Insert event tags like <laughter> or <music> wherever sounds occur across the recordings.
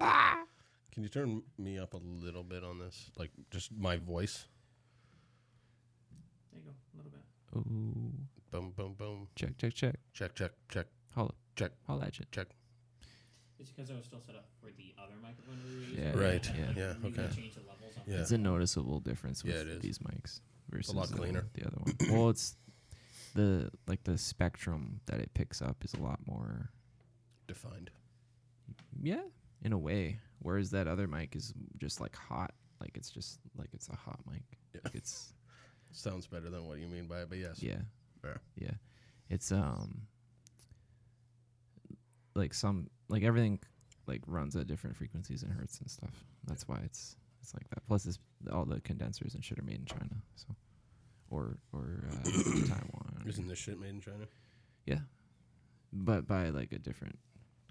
Can you turn me up a little bit on this? Like just my voice. There you go, a little bit. Ooh. Boom, boom, boom. Check, check, check. Check, check, check, Holla. Check. Holla at you. check. It's because I was still set up for the other microphone we were using. Yeah. and I Right, had to, yeah. like, Yeah, really okay. Change the levels on Yeah. It's a noticeable difference with Yeah, it is. these mics versus lot the- cleaner. the other <coughs> one. well, it's the like the spectrum that it picks up is a lot more. Defined. Yeah, in a way. Whereas that other mic is just like hot, like it's just like it's a hot mic. Yeah. Like it's Sounds better than what you mean by it, but yes. yeah, Fair. yeah. It's um, like some like everything like runs at different frequencies and hertz and stuff. That's why it's it's like that. Plus, it's, all the condensers and shit are made in China, so or or uh, <coughs> Taiwan. or- Isn't this shit made in China? Yeah, but by like a different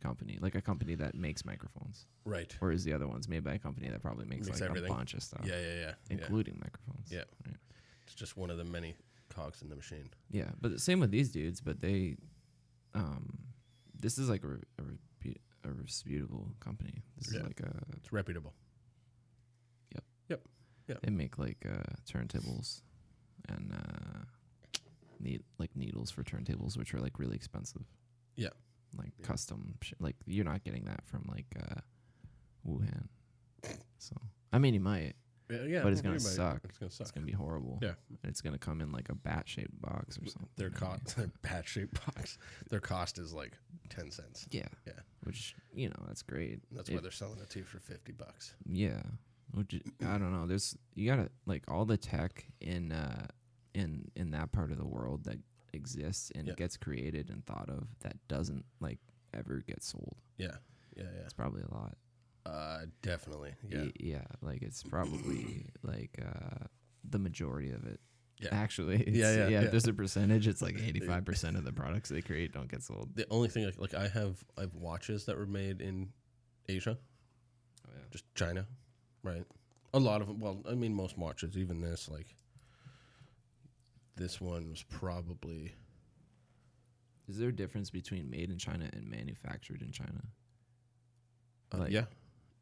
company, like a company that makes microphones. Right. or is the other ones made by a company that probably makes, Makes like everything. a bunch of stuff, Yeah, yeah, yeah. yeah. including microphones. Yeah. right. It's just one of the many cogs in the machine. yeah. But the same with these dudes, but they, um, this is like a, re- a, repu- a reputable company. This Yeah. is like a It's reputable. they make like uh, turntables and uh, need like needles for turntables, which are like really expensive. Yeah. like Yeah. custom. Sh- like you're not getting that from like uh, Wuhan. So I mean, you might. Yeah, yeah But it's I gonna agree about suck. it. It's gonna suck. It's gonna be horrible. Yeah. And it's gonna come in like a bat shaped box or something. Their I mean, cost, <laughs> their bat shaped box. Their cost is like ten cents. Yeah. Yeah. Which you know that's great. That's It- why they're selling it to you for fifty bucks. Yeah. Which is- I don't know. There's you gotta like all the tech in uh in in that part of the world that exists and Yeah. gets created and thought of that doesn't like ever get sold. Yeah, yeah, It's probably a lot. yeah. Uh, definitely. Yeah, Y- yeah. Like it's probably like uh the majority of it. Yeah. Actually, it's, yeah, yeah. If there's a percentage, <laughs> it's like 85% of the products they create don't get sold. the only thing like, like I have I have watches that were made in Asia, Oh, yeah. just China, right? A lot of them. Well, I mean, most watches, even this, like this one was probably Is there a difference between made in China and manufactured in China? uh, Like- yeah.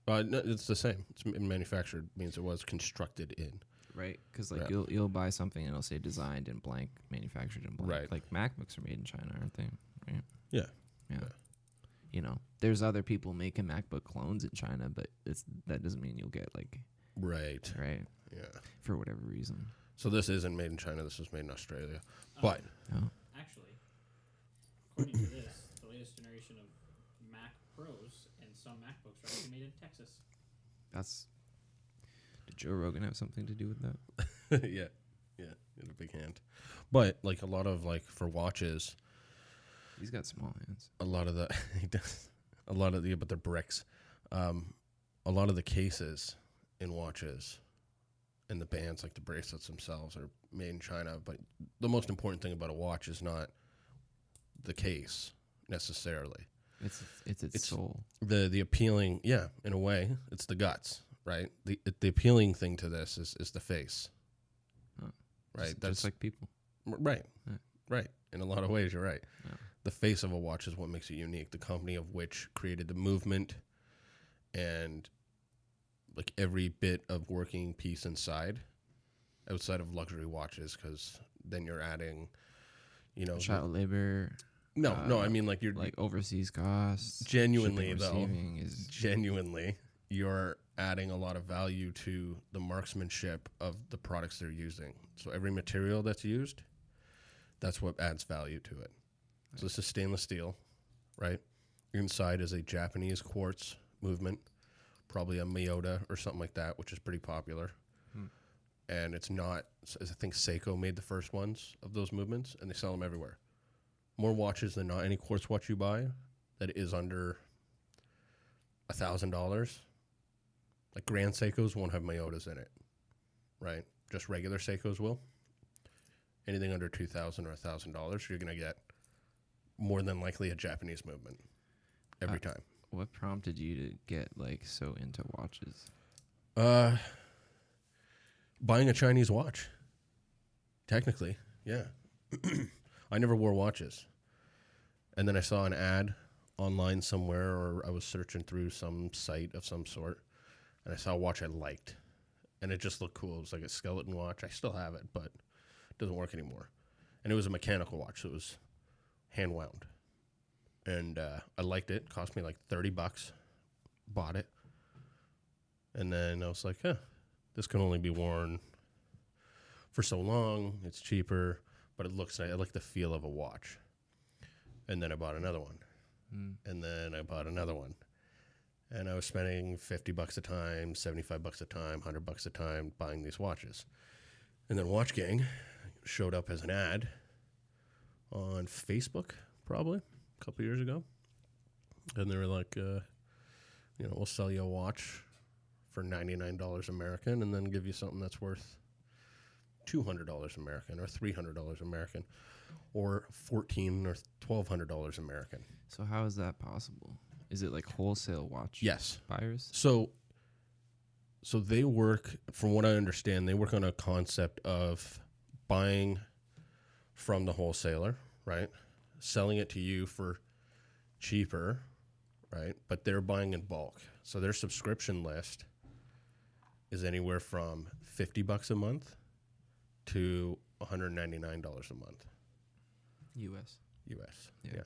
Uh, no, it's the same. It's m- manufactured means it was constructed in. Right? Because like Yeah. you'll you'll buy something and it'll say designed in blank, manufactured in blank. Right. Like MacBooks are made in China, aren't they? Right. Yeah. Yeah. Yeah. You know, there's other people making MacBook clones in China, but it's that doesn't mean you'll get <laughs> like Right. right Yeah. for whatever reason. So this isn't made in China. This was made in Australia. Um, But No. Actually, according to this, the latest generation of Mac Pros and some MacBooks are actually made in Texas. That's. Did Joe Rogan have something to do with that? <laughs> yeah, yeah, in a big hand. But like a lot of like for watches, He's got small hands. a lot of the <laughs> he does a lot of the but they're bricks. Um, a lot of the cases in watches and the bands like the bracelets themselves are made in China. But the most important thing about a watch is not the case necessarily. It's it's its, It's- soul. the the appealing yeah in a way it's the guts right the the appealing thing to this is is the face Huh. right Just, that's just like people. m- right Yeah. right in a lot of ways you're right Hmm. Yeah. the face of a watch is what makes it unique the company of which created the movement and like every bit of working piece inside outside of luxury watches because then you're adding you know Child labor, no no uh, i mean like you're like overseas costs. genuinely shipping, though receiving is genuinely you're adding a lot of value to the marksmanship of the products they're using so every material that's used that's what adds value to it so this is stainless steel right inside is a japanese quartz movement probably a miyota or something like that which is pretty popular Hmm. and it's not i think seiko made the first ones of those movements and they sell them everywhere more watches than not any quartz watch you buy that is under a thousand dollars. Like Grand Seikos won't have Myotas in it, right? Just regular Seikos will. Anything under two thousand or a thousand dollars, you're gonna get more than likely a Japanese movement every Uh, time. what prompted you to get like so into watches? Uh, buying a Chinese watch. Technically, <clears throat> yeah. I never wore watches, and then I saw an ad online somewhere or I was searching through some site of some sort and I saw a watch I liked and it just looked cool. It was like a skeleton watch. I still have it, but it doesn't work anymore. And it was a mechanical watch, so it was hand wound. And uh, I liked it. Cost me like 30 bucks. Bought it. And then I was like, huh, this can only be worn for so long. It's cheaper, but it looks nice. I like the feel of a watch. And then I bought another one Mm. and then I bought another one. And I was spending 50 bucks a time, 75 bucks a time, 100 bucks a time buying these watches. And then Watch Gang showed up as an ad on Facebook, probably a couple years ago. And they were like, uh, you know, we'll sell you a watch for $99 American and then give you something that's worth $200 American or $300 American or 14 or $1,200 American. So how is that possible? Is it like wholesale watch Yes. buyers? So so they work from what I understand, they work on a concept of buying from the wholesaler, right? Selling it to you for cheaper, right? But they're buying in bulk. So their subscription list is anywhere from 50 bucks a month to $199 a month U.S. US. Yeah. yeah.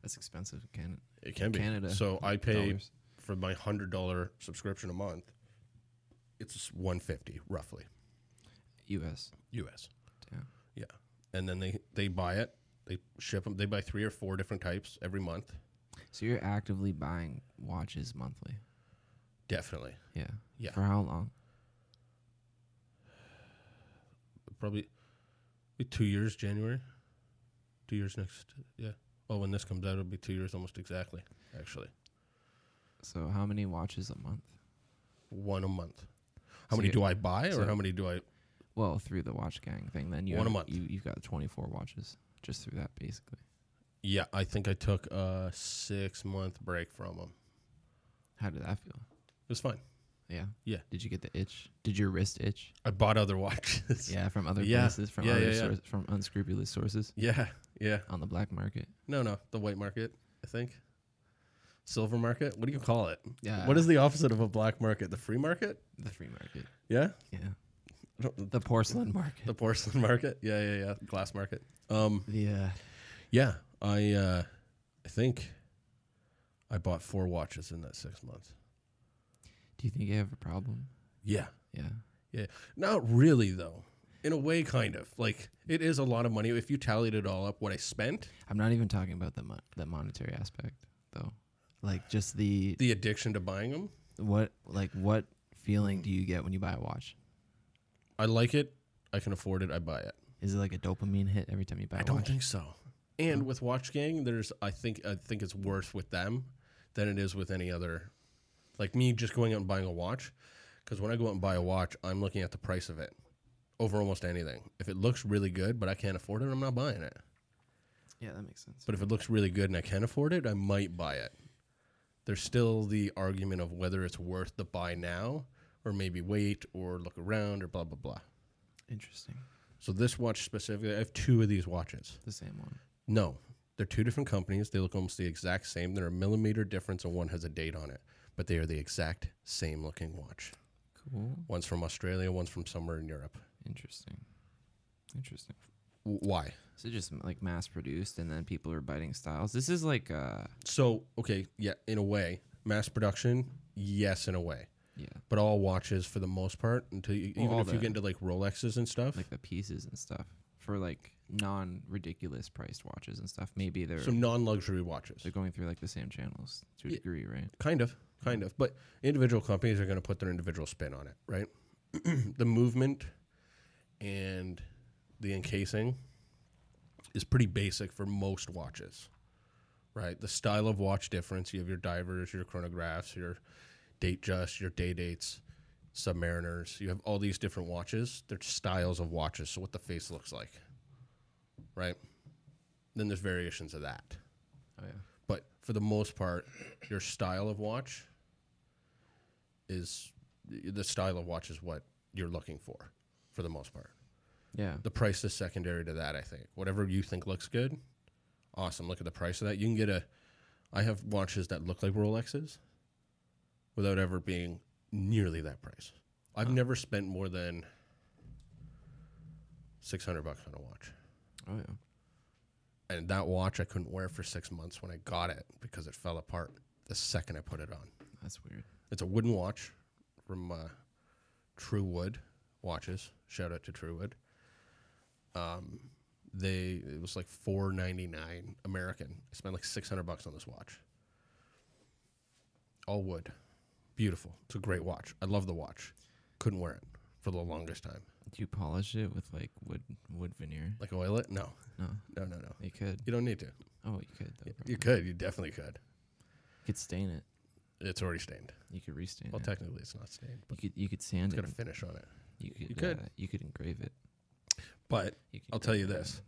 That's expensive. Can It can be. Canada So I pay dollars. for my hundred dollar subscription a month, it's one fifty roughly U.S. U.S. Damn. Yeah, and then they they buy it, they ship them, they buy three or four different types every month. So you're actively buying watches monthly. Definitely, Yeah. Yeah. For how long? probably be two years January, two years next. Yeah. Well, when this comes out, it'll be two years almost exactly. Actually, So how many watches a month? one a month. So How many you- do I buy, or so- how many do I? Well, through the watch gang thing, then you One a have- month. You, you've got 24 watches just through that, basically. Yeah, I think I took a six month break from them. How did that feel? It was fine. Yeah. Yeah. Did you get the itch? Did your wrist itch? I bought other <laughs> watches. Yeah, from other Yeah. places, from Yeah, other yeah, yeah. Source, from unscrupulous sources Yeah, yeah. on the black market. No, no, the white market. I think silver market. What do you call it? Yeah. what is the opposite of a black market? The free market. the free market? Yeah, Yeah. I don't- The porcelain market. the porcelain market. Yeah, yeah, yeah. Glass market. Um, The uh, yeah. I, uh, I think I bought four watches in that six months. do you think you have a problem? Yeah, Yeah. not really though. In a way, kind of. Like it is a lot of money if you tallied it all up. What I spent, I'm not even talking about the mo- the monetary aspect though. Like just the the addiction to buying them. what like what feeling do you get when you buy a watch? I like it. I can afford it. I buy it. Is it like a dopamine hit every time you buy a I don't watch? think so. And with Watch Gang, there's I think I think it's worse with them than it is with any other. Like me just going out and buying a watch, because when I go out and buy a watch, I'm looking at the price of it over almost anything. If it looks really good, but I can't afford it, I'm not buying it. Yeah, that makes sense. But if it looks really good and I can afford it, I might buy it. There's still the argument of whether it's worth the buy now or maybe wait or look around or blah blah blah. Interesting. So this watch specifically, I have two of these watches. The same one. No, they're two different companies. They look almost the exact same. They're a millimeter difference, and one has a date on it, but they are the exact same looking watch. Cool. One's from Australia, one's from somewhere in Europe. Interesting. Interesting. W- why? So just m- like mass produced and then people are biting styles. This is like uh So, okay, yeah, in a way, mass production, yes, in a way, yeah, but all watches for the most part, until you, Well, even all if you the- get into like Rolexes and stuff. like the pieces and stuff for like non ridiculous priced watches and stuff. Maybe they're some non-luxury watches, they're going through like the same channels to a Yeah. degree, right? kind of, kind of. But individual companies are going to put their individual spin on it, right? <clears throat> the movement and the encasing is pretty basic for most watches, right? The style of watch difference. You have your divers, your chronographs, your date just, your day dates, submariners. You have all these different watches. They're styles of watches. So what the face looks like, right? Then there's variations of that Oh yeah. but for the most part, your style of watch is the style of watch is what you're looking for, for the most part. Yeah. The price is secondary to that, I think. Whatever you think looks good, awesome. Look at the price of that. You can get a I have watches that look like Rolexes without ever being nearly that price. I've never spent more than 600 bucks on a watch. Oh yeah. And that watch I couldn't wear for 6 months when I got it because it fell apart the second I put it on. That's weird. It's a wooden watch from uh, True Wood Watches. Shout out to True Wood. Um, they it was like four ninety nine American. I spent like six hundred bucks on this watch. All wood, beautiful. It's a great watch. I love the watch. Couldn't wear it for the longest time. Do you polish it with like wood wood veneer? Like oil it? No, No, no, no, no. you could. You don't need to. Oh, you could. Though, probably. You could. You definitely could. You could stain it. It's already stained. You could restain Well, it. technically it's not stained, you but could you could sand it's got it. a finish on it. you could you could. Uh, you could engrave it. But You could I'll tell you this.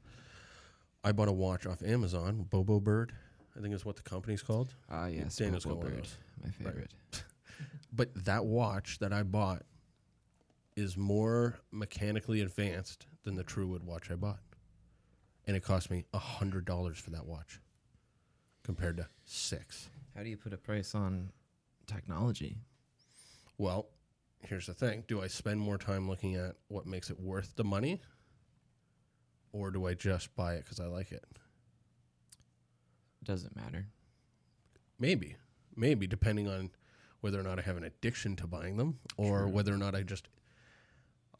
I bought a watch off Amazon, Bobo Bird, I think is what the company's called. Ah yes, Daniel's Bobo got one of bird, those. my favorite. But that watch that I bought is more mechanically advanced than the Truewood watch I bought. And it cost me $100 for that watch compared to 6. How do you put a price on technology? Well, here's the thing. Do I spend more time looking at what makes it worth the money or do I just buy it cuz I like it? Doesn't matter. Maybe, maybe depending on whether or not I have an addiction to buying them, or True. whether or not I just,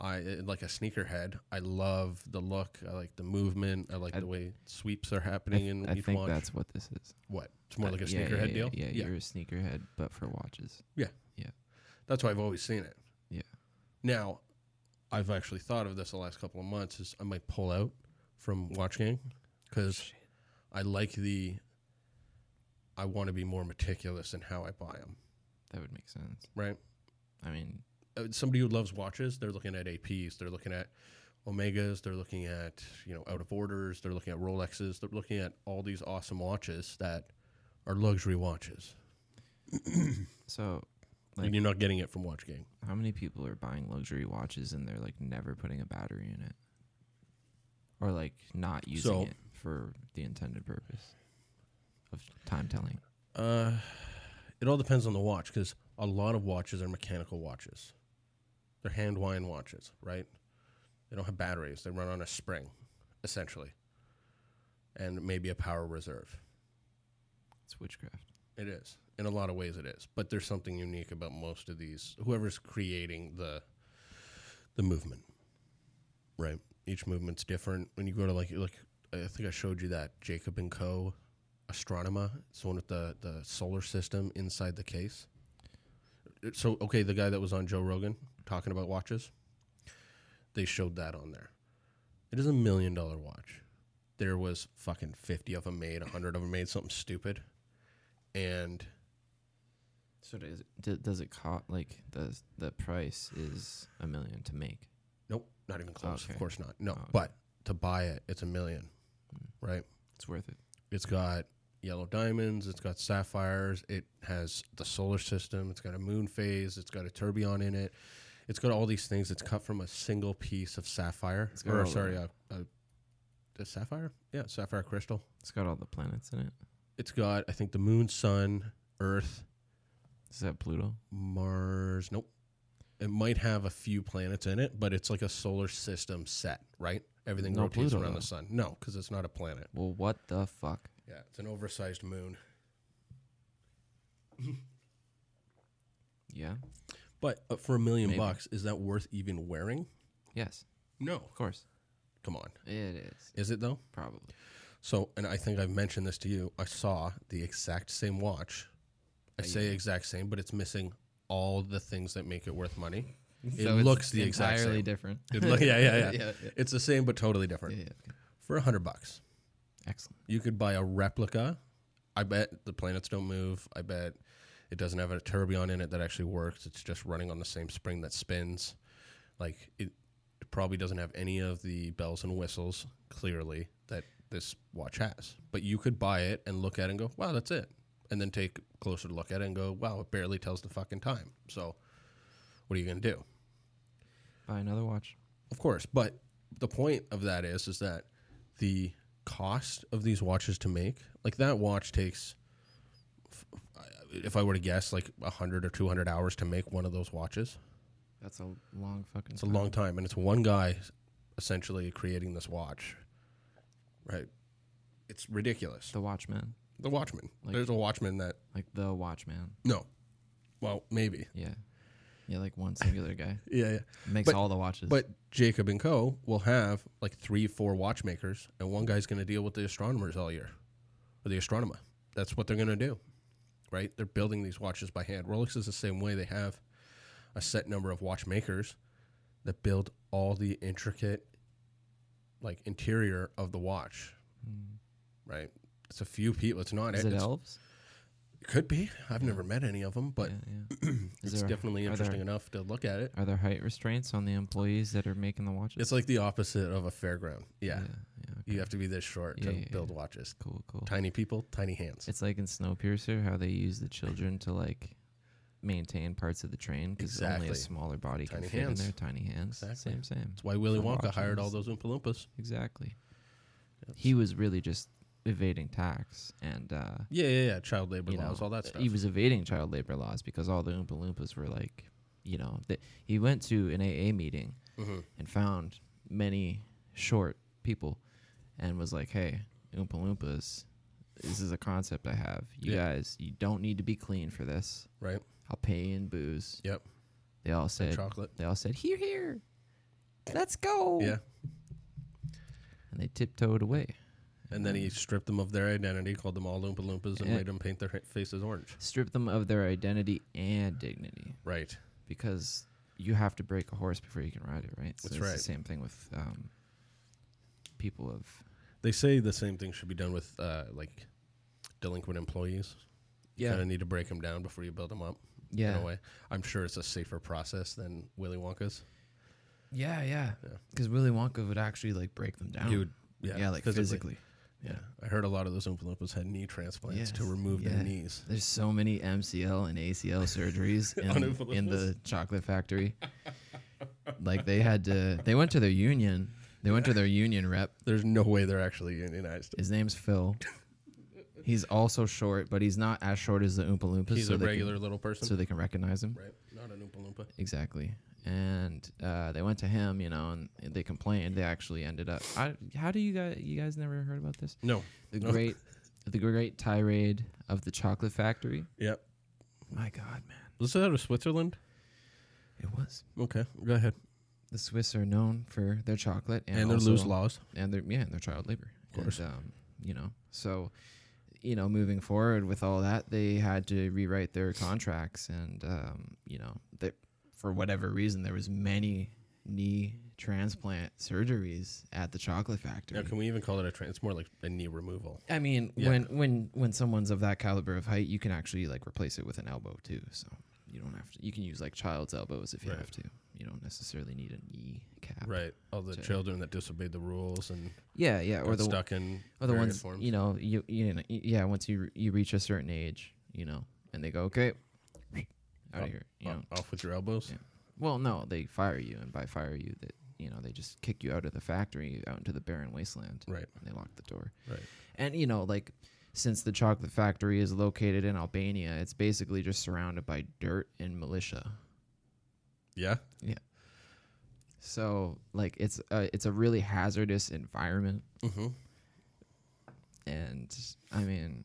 I uh, like a sneakerhead. I love the look. I like the movement. I like I- the way sweeps are I, happening th- in I each think watch. that's what this is. what it's more Uh, like a yeah, yeah, sneakerhead yeah, deal. Yeah, you're a sneakerhead, but for watches. that's why I've always seen it. Yeah. Now, I've actually thought of this the last couple of months. Is I might pull out from Watch Gang because I like the. I want to be more meticulous in how I buy them. That would make sense, Right. I mean, uh, somebody who loves watches, they're looking at APs, they're looking at Omegas, they're looking at you know out of orders, they're looking at Rolexes, they're looking at all these awesome watches that are luxury watches. so And Like- you're not getting it from Watch Gang. how many people are buying luxury watches and they're like never putting a battery in it, or like not using So- it for the intended purpose of time telling? Uh, it all depends on the watch because a lot of watches are mechanical watches. They're hand wind watches, right? They don't have batteries. They run on a spring, essentially, and maybe a power reserve. It's witchcraft. It is. In a lot of ways it is. But there's something unique about most of these whoever's creating the the movement. Right? Each movement's different. When you go to like like I think I showed you that Jacob and Co. Astronema. It's the one with the, the solar system inside the case. So okay, the guy that was on Joe Rogan talking about watches, they showed that on there. It is a million dollar watch. There was fucking fifty of them made, hundred of them made something stupid and So does it, d- does it cost like the the price is a million to make? nope, not even close. Okay. Of course not. No, Oh, okay. but to buy it, it's a million, right? It's worth it. It's got yellow diamonds. It's got sapphires. It has the solar system. It's got a moon phase. It's got a tourbillon in it. It's got all these things. It's cut from a single piece of sapphire. It's got all Or the- sorry, a, a, a sapphire. Yeah, sapphire crystal. It's got all the planets in it. It's got I think the moon, sun, Earth, Is that Pluto? Mars. Nope. It might have a few planets in it, but it's like a solar system set, right? Everything No rotates Pluto, around though. the sun. No, because it's not a planet. Well, what the fuck? Yeah, it's an oversized moon. Yeah. But uh, for a million Maybe. bucks, is that worth even wearing? Yes, No. of course. Come on. It is Is it though? probably. So, and I think I've mentioned this to you. I saw the exact same watch. I Uh, say yeah. exact same, but it's missing all the things that make it worth money. <laughs> <laughs> It So it's looks the exact entirely same. different. <laughs> It look- <laughs> yeah, yeah, yeah. yeah, yeah, It's the same, but totally different. yeah, yeah, okay. For a hundred bucks, Excellent. You could buy a replica. I bet the planets don't move. I bet it doesn't have a tourbillon in it that actually works. It's just running on the same spring that spins. Like it, it probably doesn't have any of the bells and whistles clearly that this watch has. But you could buy it and look at it and go, "Wow, that's it." And then take a closer look at it and go, "Wow, it barely tells the fucking time." So what are you going to do? Buy another watch. Of course, but the point of that is is that the cost of these watches to make, like that watch takes if I were to guess, like hundred or two hundred hours to make one of those watches. That's a long fucking. It's a long time, and it's one guy essentially creating this watch, right? It's ridiculous. The Watchman, The Watchman. Like- There's a Watchman that like the Watchman. no, well maybe Yeah, yeah, like one singular <laughs> guy yeah, yeah. makes But- all the watches. But Jacob and Co. will have like three, four watchmakers, and one guy's going to deal with the astronomers all year, or the astronomer. That's what they're going to do, right? They're building these watches by hand. Rolex is the same way. They have a set number of watchmakers that build all the intricate, like interior of the watch, Mm. right? It's a few people. It's not. e- is it it's- elves? It could be. I've Yeah. never met any of them, but yeah, yeah. <clears throat> Is it's there- definitely are there- interesting enough to look at it. Are there height restraints on the employees that are making the watches? It's like the opposite of a fairground. yeah. yeah, yeah, You okay. have to be this short Yeah, to yeah, build yeah. watches. cool, cool. Tiny people, tiny hands. It's like in Snowpiercer how they use the children to like maintain parts of the train because only Exactly. a smaller body Tiny can fit hands. in their tiny hands. Exactly. Same, same. That's why Willy for Wonka hired all watches. those Oompa Loompas. Exactly. He was really just evading tax and uh, Yeah, yeah, yeah. Child labor you laws, know, all that uh, stuff. He was evading child labor laws because all the Oompa Loompas were like, you know, th- he went to an AA meeting Mhm. and found many short people and was like, hey, Oompa Loompas, this is a concept I have. You Yeah. guys, you don't need to be clean for this. Right. I'll pay you in booze. Yep. They all said, chocolate. they all said, here, here, let's go. Yeah. And they tiptoed away. And then he stripped them of their identity, called them all Oompa Loompas, and Mm-hmm. Yeah. made them paint their ha- faces orange. Stripped them of their identity and dignity. Right. because you have to break a horse before you can ride it, right? So That's it's right. the same thing with um, people of They say the same thing should be done with uh, like delinquent employees. You Yeah. kind of need to break them down before you build them up. In a yeah, way, I'm sure it's a safer process than Willy Wonka's. yeah, yeah, Yeah. because Willy Wonka would actually like break them down. He would, yeah, yeah, like physically. physically. Yeah. I heard a lot of those Oompa Loompas had knee transplants to Yes. remove Yeah. their knees. There's so many MCL and ACL <laughs> surgeries in, in the chocolate factory. like they had to, they went to their union. They went to their union rep. There's no way they're actually unionized. His name's Phil. He's also short, but he's not as short as the Oompa Loompas. He's so a they can- regular little person, so they can recognize him. right? Not an Oompa Loompa. Exactly. And uh, they went to him, you know, and they complained. They actually ended up. I, how do you guys? You guys never heard about this? No. The No. great, the great tirade of the chocolate factory. Yep. My God, man, This is out of Switzerland. it was. Okay, go ahead. The Swiss are known for their chocolate and, And, their also- loose laws. and their yeah, and their child labor, Of course. And, um, you know, so you know, moving forward with all that, they had to rewrite their contracts, and um, you know, they, for whatever reason, there was many knee transplant surgeries at the chocolate factory. Now, can we even call it a train? It's more like a knee removal. I mean, Yeah. when when when someone's of that caliber of height, you can actually like replace it with an elbow too. So you don't have to. You can use like child's elbows if you Right. have to. You don't necessarily need a knee cap. Right. All the So- children that disobeyed the rules and Yeah, yeah. got Or the stuck in Or the various ones forms. you know, you you know, y- yeah. Once you re- you reach a certain age, you know, and they go, okay, out Oh, of here. You know, off with your elbows. Yeah. well, no, they fire you, and by fire you, that you know, they just kick you out of the factory, out into the barren wasteland, Right. and they lock the door. Right. And you know, like since the chocolate factory is located in Albania, it's basically just surrounded by dirt and militia. Yeah. So like it's a, it's a really hazardous environment. Mm-hmm. and I mean,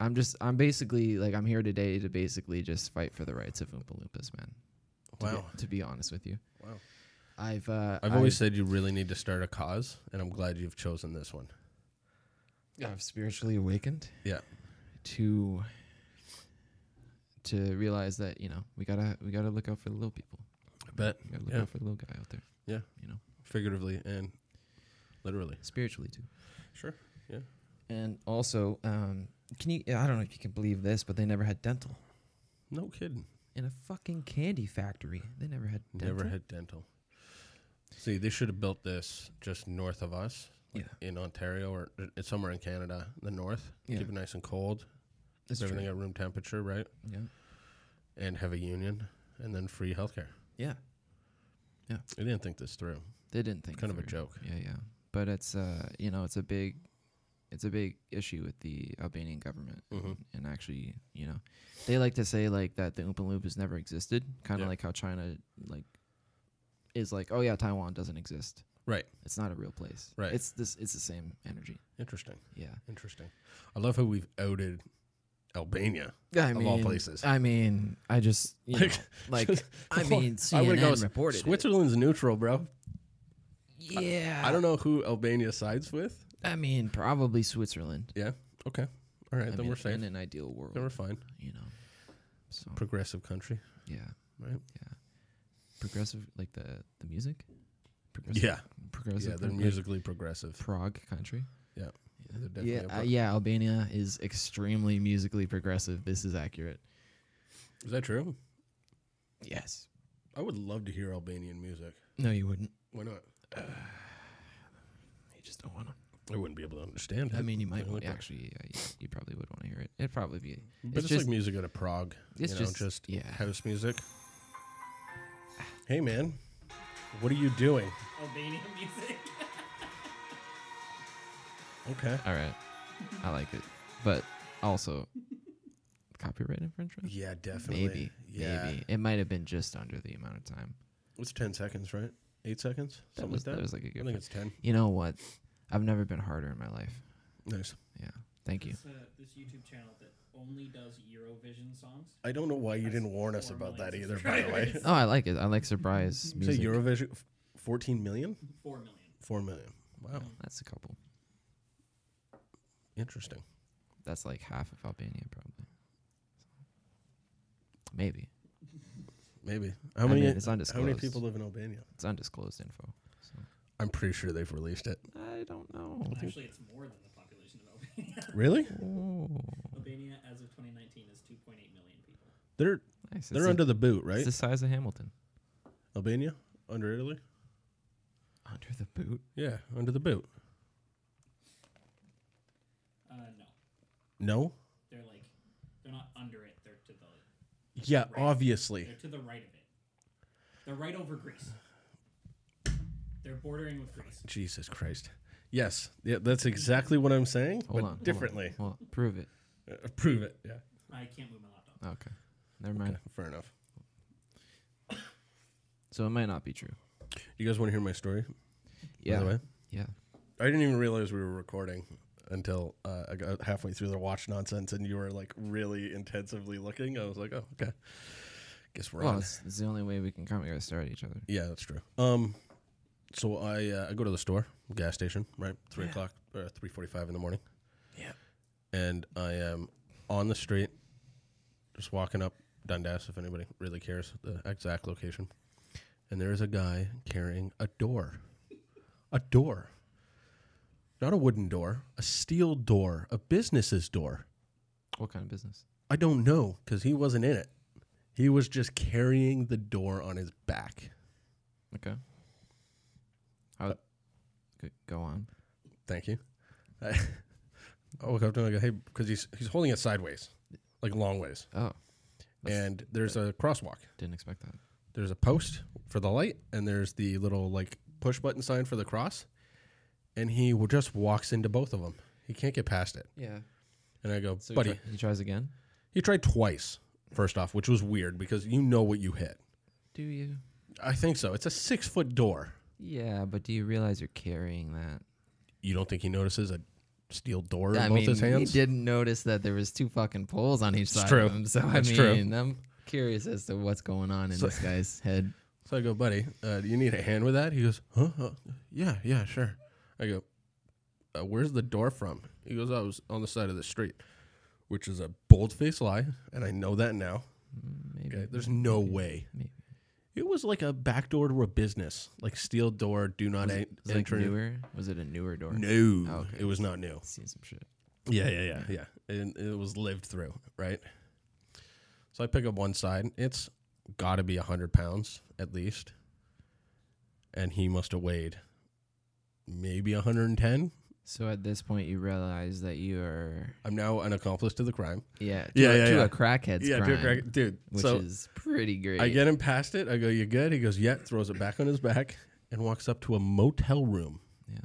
I'm just I'm basically like I'm here today to basically just fight for the rights of Oompa Loompas, man. To Wow. Be, to be honest with you, Wow. I've uh, I've always said you really need to start a cause, and I'm glad you've chosen this one. I've spiritually awakened. Yeah. To to realize that you know we gotta we gotta look out for the little people. I bet. We gotta look Yeah. out for the little guy out there. Yeah. You know, Figuratively and literally. spiritually too. Sure. And also, um, can you? I don't know if you can believe this, but they never had dental No kidding. in a fucking candy factory. They never had dental. Never had dental. See, they should have built this just north of us Yeah. in Ontario or uh, somewhere in Canada, the north. Yeah. Keep it nice and cold. That's true. everything at room temperature, right? Yeah. And have a union and then free healthcare. Yeah. I didn't think this through. They didn't think Kind it of a through. joke. Yeah, yeah. But it's uh, you know, it's a big it's a big issue with the Albanian government, Mhm. and actually, you know, they like to say like that the Oompa Loompas never existed, kind of Yeah. like how China like is like, oh yeah, Taiwan doesn't exist. Right. It's not a real place. Right. It's this. It's the same energy. Interesting. Yeah. Interesting. I love how we've outed Albania. I Of all mean- <laughs> places. I mean, I just you know, <laughs> like <laughs> I mean, I CNN would've gone reported Switzerland's neutral, bro. Yeah. I don't know who Albania sides with. I mean, probably Switzerland. Yeah. Okay. All right. I then mean, we're safe. in an ideal world, Then we're fine. you know. So Progressive country. yeah, Right. yeah. Progressive, like the the music. Progressive, Yeah. progressive. Yeah. They're like musically progressive. Prague country. Yeah. Yeah. They're definitely Yeah, a uh, pro- yeah, Albania is extremely musically progressive. This is accurate. Is that true? Yes. I would love to hear Albanian music. No, you wouldn't. Why not? You just don't want to. I wouldn't be able to understand. I it. mean, you might Something want like that. actually. Yeah, you, you probably would want to hear it. It'd probably be. But it's, it's like just- music out of Prague. It's you know, just- just, yeah. house music. Hey man, what are you doing? Albanian <laughs> music. Okay. All right, I like it, but <laughs> also copyright infringement. Yeah, definitely. Maybe, Yeah. maybe it might have been just under the amount of time. It's ten seconds, right? Eight seconds, That something was like that. was like a I good. think point. it's ten. You know what? I've never been harder in my life. Nice. Yeah, thank you. This, uh, this YouTube channel that only does Eurovision songs. I don't know why you didn't warn us Four about million that either. By <laughs> the way, subscribers. Oh, I like it. I like surprise say music. Eurovision, f- fourteen million, Four million. four million. Wow, Yeah, that's a couple. interesting. That's like half of Albania, probably. Maybe Maybe how I many? mean, it's how many undisclosed. people live in Albania? it's undisclosed info. So Oh, I'm pretty sure they've released it. I don't know. Actually, it's more than the population of Albania. <laughs> Really? Oh, Albania, as of 2019, is 2.8 million people. They're nice. they're it's under a, the boot, It's right? the size of Hamilton. Albania under Italy. Under the boot. Yeah, under the boot. Uh, no, No. they're like they're not under it. They're to the Yeah, Right. obviously. they're to the right of it. They're right over Greece. They're bordering with Greece. Jesus Christ. Yes, yeah, that's exactly what I'm saying, Hold but on. hold on, differently. Hold on. Prove it. Uh, prove it. Yeah. I can't move my laptop. Okay. Never mind. Okay, fair enough. So it might not be true. You guys want to hear my story? Yeah. By the way, Yeah. I didn't even realize we were recording until uh, I got halfway through the watch nonsense, and you were like really intensively looking. I was like, oh, okay. Guess we're Well, on. it's, it's the only way we can come here is stare at each other. Yeah, that's true. Um, so I uh, I go to the store, gas station, right? Three Yeah. o'clock or three forty-five in the morning. Yeah. And I am on the street, just walking up Dundas. If anybody really cares the exact location, and there is a guy carrying a door, a door, not a wooden door, a steel door, a business's door. What kind of business? I don't know because he wasn't in it. He was just carrying the door on his back. Okay. How? go- go on. Thank you. <laughs> I, I woke up to him and I go, hey, because he's he's holding it sideways, like long ways. Oh, That's- And there's a crosswalk. didn't expect that. There's a post for the light, and there's the little like push button sign for the cross. And he w- just walks into both of them. He can't get past it. Yeah. And I go, So buddy, he, tri- he tries again. he tried twice. First off, which was weird because you know what you hit. Do you? I think so. It's a six foot door. Yeah, but do you realize you're carrying that? You don't think he notices a steel door in both his hands? he didn't notice that there was two fucking poles on each side true. of him. So That's I true. mean, I'm curious as to what's going on in So- this guy's head. So I go, buddy, uh, do you need a hand with that? He goes, huh? Uh, yeah, yeah, sure. I go, uh, where's the door from? He goes, I was on the side of the street, which is a bold faced lie, and I know that now. Mm, Maybe. Okay, there's no way. Maybe. It was like a back door to a business, like steel door, do not Was en- it, was it like enter. newer? Was it a newer door? no, Oh, okay. it was not new. Seen some shit. Yeah, yeah, yeah, yeah. And it was lived through, right? So I pick up one side. It's got to be 100 pounds at least. And he must have weighed maybe 110. So at this point, you realize that you are I'm now an accomplice to the crime. yeah, to, Yeah, a, yeah, to yeah. a crackhead's yeah, crime, dude, right, dude. which so is pretty great. I get him past it. I go, You good? He goes, Yeah, throws it back on his back and walks up to a motel room. yeah.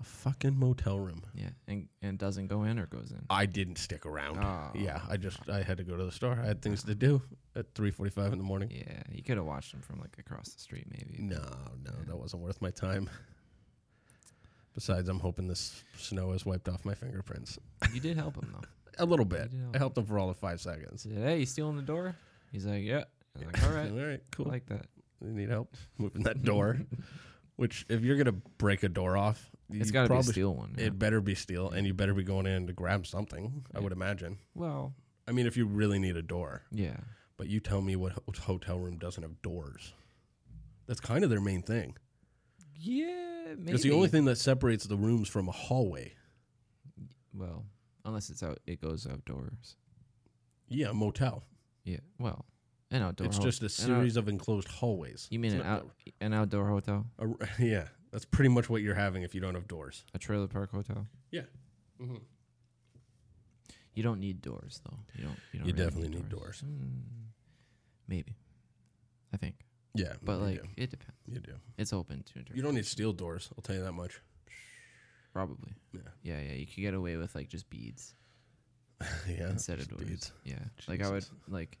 A fucking motel room. Yeah, and and doesn't go in or goes in. I didn't stick around. Oh. Yeah, I just I had to go to the store. I had things to do at 3:45 in the morning. Yeah, you could have watched him from like across the street, maybe. No, no, that wasn't worth my time. Besides, I'm hoping this snow has wiped off my fingerprints You did help him though. a little bit. did help. I helped them for all of five <laughs> seconds. Said, hey, you stealing the door? He's like, yeah. I'm like, all <laughs> right, All right, I cool. like that. you need help moving that <laughs> door. Which, if you're gonna break a door off, It's you got to be a probably sh- steel one. yeah. It better be steel, and you better be going in to grab something. I Yeah. would imagine. well, I mean, if you really need a door, yeah. but you tell me what ho- hotel room doesn't have doors. That's kind of their main thing. Yeah, maybe. It's the only thing that separates the rooms from a hallway. Well, unless it's out, it goes outdoors. Yeah, a motel. Yeah. Well, an outdoor. it's hot- just a an out- series of enclosed hallways. uh, you mean It's an not out, an outdoor hotel, a- a- <laughs> yeah, that's pretty much what you're having if you don't have doors. a trailer park hotel? Yeah. Mm-hmm. You don't need doors though. You don't. You, don't You really definitely need doors. Mm, maybe. I think, Yeah, but you like do. it depends. you do. It's open to interpretation. You don't need steel doors. I'll tell you that much. <laughs> probably. Yeah. Yeah, yeah. You could get away with like just beads yeah, instead of just doors. beads. Yeah. Like I would Jesus. like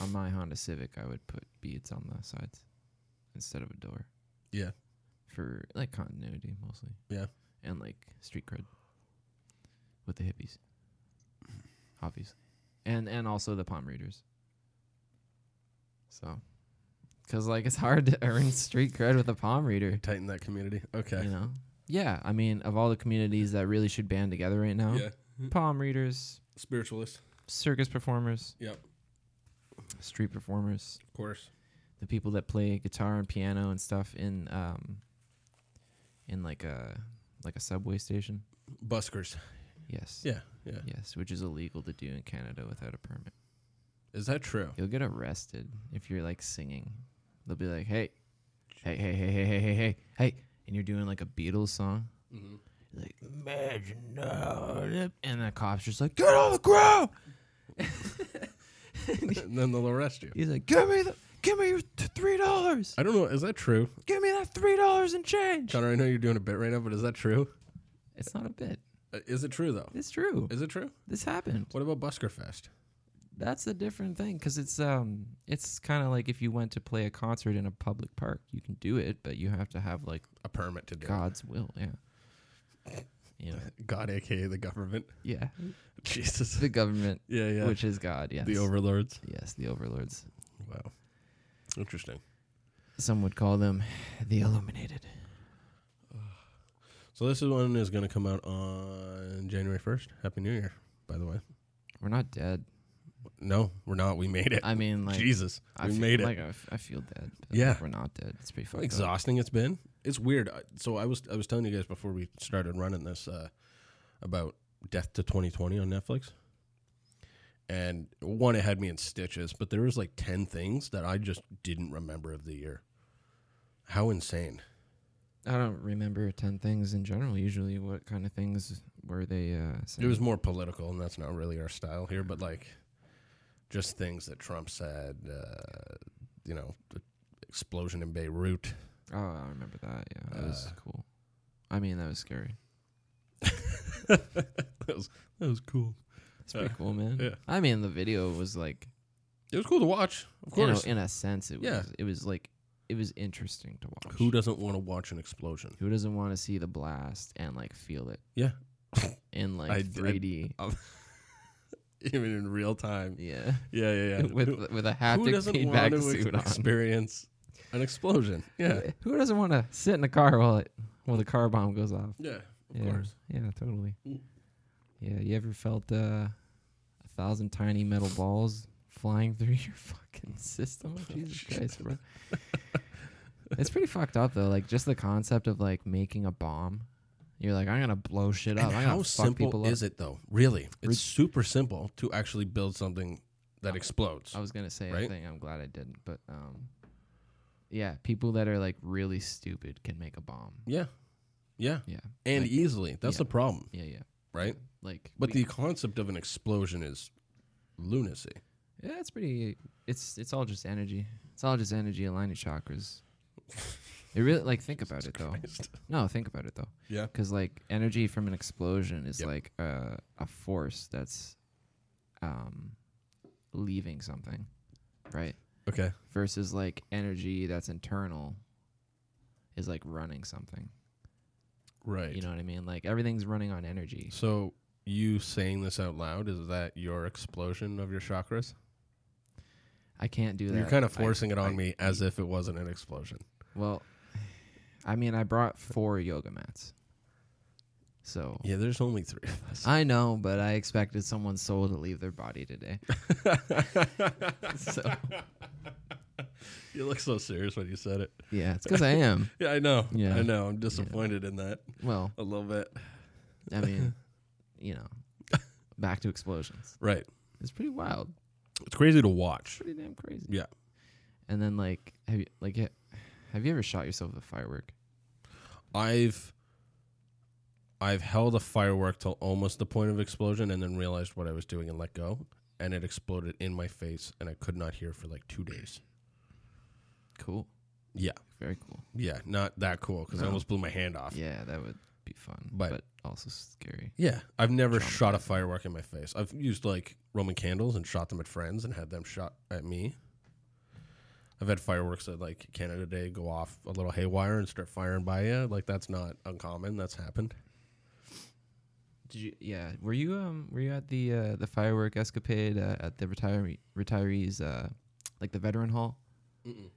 on my Honda Civic, I would put beads on the sides instead of a door Yeah, for like continuity mostly. Yeah. And like street cred with the hippies, obviously, and and also the palm readers. So, because like it's hard to earn street cred with a palm reader. tighten that community. Okay. You know? Yeah, I mean, of all the communities that really should band together right now, Yeah. palm readers, Spiritualist. circus performers, Yep. street performers, Of course. the people that play guitar and piano and stuff in um in like a like a subway station. Buskers. Yes. Yeah. Yeah. Yes, which is illegal to do in Canada without a permit. Is that true? You'll get arrested if you're like singing. They'll be like, "Hey, hey, hey, hey, hey, hey, hey, hey, hey," and you're doing like a Beatles song. Mm-hmm. like imagine now and the cop's just like get on the ground <laughs> and then they'll arrest you. he's like give me the give me your t- three dollars I don't know. Is that true? give me that three dollars in change Connor, I know you're doing a bit right now, but is that true? it's not a bit Uh, Is it true though? it's true Is it true? this happened What about Busker Fest? that's a different thing because it's um it's kind of like if you went to play a concert in a public park you can do it but you have to have like A permit to do. it. god's will yeah you know <laughs> God, aka the government. <laughs> yeah Jesus. the government yeah, yeah. which is god yes the overlords. yes the overlords Wow. Interesting. some would call them the illuminated So this one is going to come out on January 1st. Happy New Year, by the way. We're not dead. No, we're not. We made it. I mean, like Jesus, I we feel, made it. Like I, f- I feel dead. but, like, Yeah. we're not dead. It's pretty How fucked up. exhausting it's been. It's weird. I- So I was I was telling you guys before we started running this uh, about Death to 2020 on Netflix, and one it had me in stitches. But there was like ten things that I just didn't remember of the year. How insane! I don't remember ten things in general. Usually, what kind of things were they? Uh, It saying? was more political, and that's not really our style here. But like, just things that Trump said. Uh, you know, the explosion in Beirut. <laughs> Oh, I remember that. Yeah, that was Uh. cool. I mean, that was scary. That was that was cool. It's pretty cool, man. yeah. I mean, the video was like, It was cool to watch, of you know, course. in a sense, it was. Yeah. It was like, it was interesting to watch. Who doesn't want to watch an explosion? Who doesn't want to see the blast and like feel it Yeah. in like I d- I- <laughs> 3D? Um, Even in real time. yeah, Yeah, yeah, yeah. <laughs> with who, with a who haptic doesn't feedback want to suit ex- on. experience an explosion? Yeah. Who- Who doesn't want to sit in a car while it while the car bomb goes off? Yeah, of yeah. course. Yeah, totally. Mm. Yeah, you ever felt uh, a thousand tiny metal balls flying <laughs> through your fucking system? Oh, Jesus Christ, <laughs> bro. it's pretty fucked up though. Like just the concept of like making a bomb. You're like, I'm gonna blow shit up. And I'm how gonna fuck people simple is it, though? Really? It's Rid- super simple to actually build something Uh, that explodes. up. I was gonna say a right? thing. I'm glad I didn't, but um, yeah, people that are like really stupid can make a bomb. yeah. Yeah. Yeah, And Like- easily. That's yeah. the problem, yeah, yeah. right? Like, But we- the concept of an explosion is lunacy. Yeah, it's pretty. It's it's all just energy. It's all just energy aligning chakras. It really like think about Jesus it though. Christ. No, think about it though. Yeah. Because like energy from an explosion is Yep. like uh, a force that's um, leaving something, right? Okay. Versus like energy that's internal is like running something. Right. You know what I mean? Like everything's running on energy. So you saying this out loud is that your explosion of your chakras? I can't do that. You're kind of I- forcing it on I- me as if it wasn't an explosion. Well, I mean, I brought four yoga mats, so Yeah, there's only three of us. I know, but I expected someone's soul to leave their body today. so <laughs> You look so serious when you said it. yeah, it's because I am. Yeah, I know. Yeah. I know. I'm disappointed in that Well, a little bit. I mean, you know, back to explosions. Right. It's pretty wild. It's crazy to watch. Pretty damn crazy. Yeah. And then like, have you like, ha- have you ever shot yourself with a firework? I've I've held a firework till almost the point of explosion and then realized what I was doing and let go and it exploded in my face and I could not hear for like 2 days. Cool. Yeah. Very cool. Yeah, not that cool cuz I No. almost blew my hand off. Yeah, Yeah, that would be fun, But- but, also scary. I've never Traumatizing. shot a firework in my face. I've used like Roman candles and shot them at friends and had them shot at me. I've had fireworks at like Canada Day go off a little haywire and start firing by you. Like that's not uncommon. That's happened. Did you? Yeah. Were you um? Were you at the uh, the firework escapade uh, at the retiree retirees uh, like the veteran hall?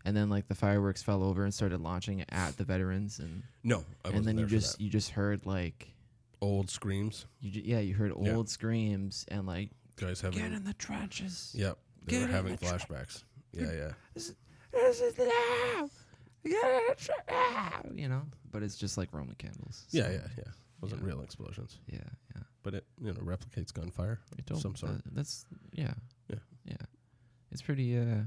And then like the fireworks fell over and started launching at the veterans, and No, I wasn't and then there you just for you just heard like that. old screams. you ju- yeah you heard old Yeah. screams and like Guys having get in the trenches. Yep. They Get were in having the tr- flashbacks. Yeah, yeah. This is now. Get in the tr- ah," You know, but it's just like Roman candles. Yeah, so- yeah, yeah. Wasn't Yeah. real explosions. yeah, yeah. But it you know replicates gunfire. It don't- Some sort. uh, that's yeah, Yeah. yeah. It's pretty uh.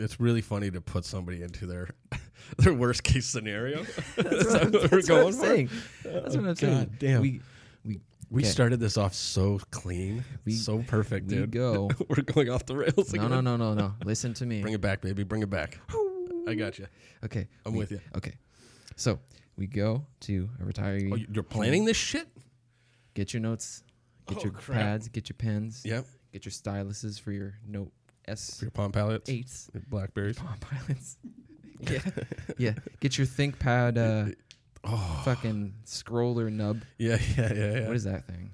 It's really funny to put somebody into their <laughs> their worst case scenario. <laughs> That's Is that what, what we're that's what going I'm for? saying. That's what I'm saying. God damn. We We Okay. started this off so clean, We- so perfect, we dude. go. <laughs> We're going off the rails No, again. no, no, no, no. Listen to me. Bring it back, baby. Bring it back. I got you. Okay. I'm we- with you. Okay. So we go to a retiree. Oh, you- you're planning this shit? Get your notes. Get Oh, your crap. pads. Get your pens. Yep. Get your styluses for your note S For your palm palettes, eights. your blackberries. Palm <laughs> pilots. yeah. Yeah. Get your ThinkPad. <laughs> Uh, Fucking scroller nub. Yeah, yeah, yeah, Oh. yeah. What is that thing?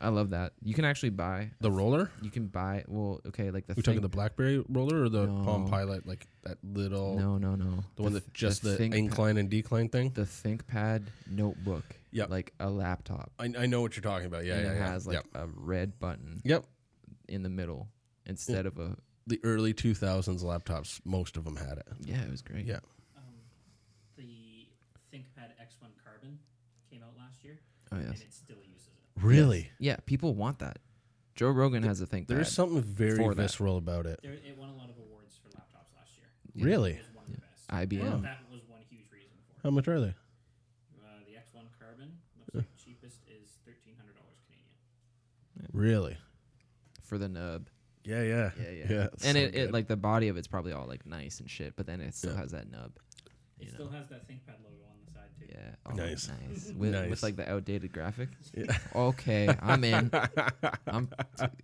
I love that. You can actually buy. the roller? You can buy. Well, okay, like the. We talking the Think- blackberry roller or the Palm No. Pilot, like that little, No, no, no. the one th- that just the, ThinkPad- incline and decline thing? the ThinkPad notebook. Yep. Like a laptop. I, I know what you're talking about. Yeah, and yeah, it yeah. has like yep. a red button yep. in the middle instead of a. The early 2000s laptops, most of them had it. Yeah, it was great. Yeah. Um, the ThinkPad X1 Carbon came out last year, Oh and yes. it still uses it. Really? Yeah, people want that. Joe Rogan has a ThinkPad. There's something very for that. visceral about it. There, it won a lot of awards for laptops last year. Yeah. Really? It was one of the best. IBM. And That was one huge reason for How it. much are they? Uh, the X1 Carbon looks like cheapest is thirteen hundred dollars Canadian. Really? for the nub. <laughs> Yeah, yeah. Yeah, yeah. Yeah, and so it, good. it like the body of it's probably all like nice and shit, but then it still Yeah. has that nub. It You still know. has that ThinkPad logo on the side too. Yeah. Oh, Nice. Nice. With, Nice. with like the outdated graphic. Yeah. Okay, I'm <laughs> in. I'm.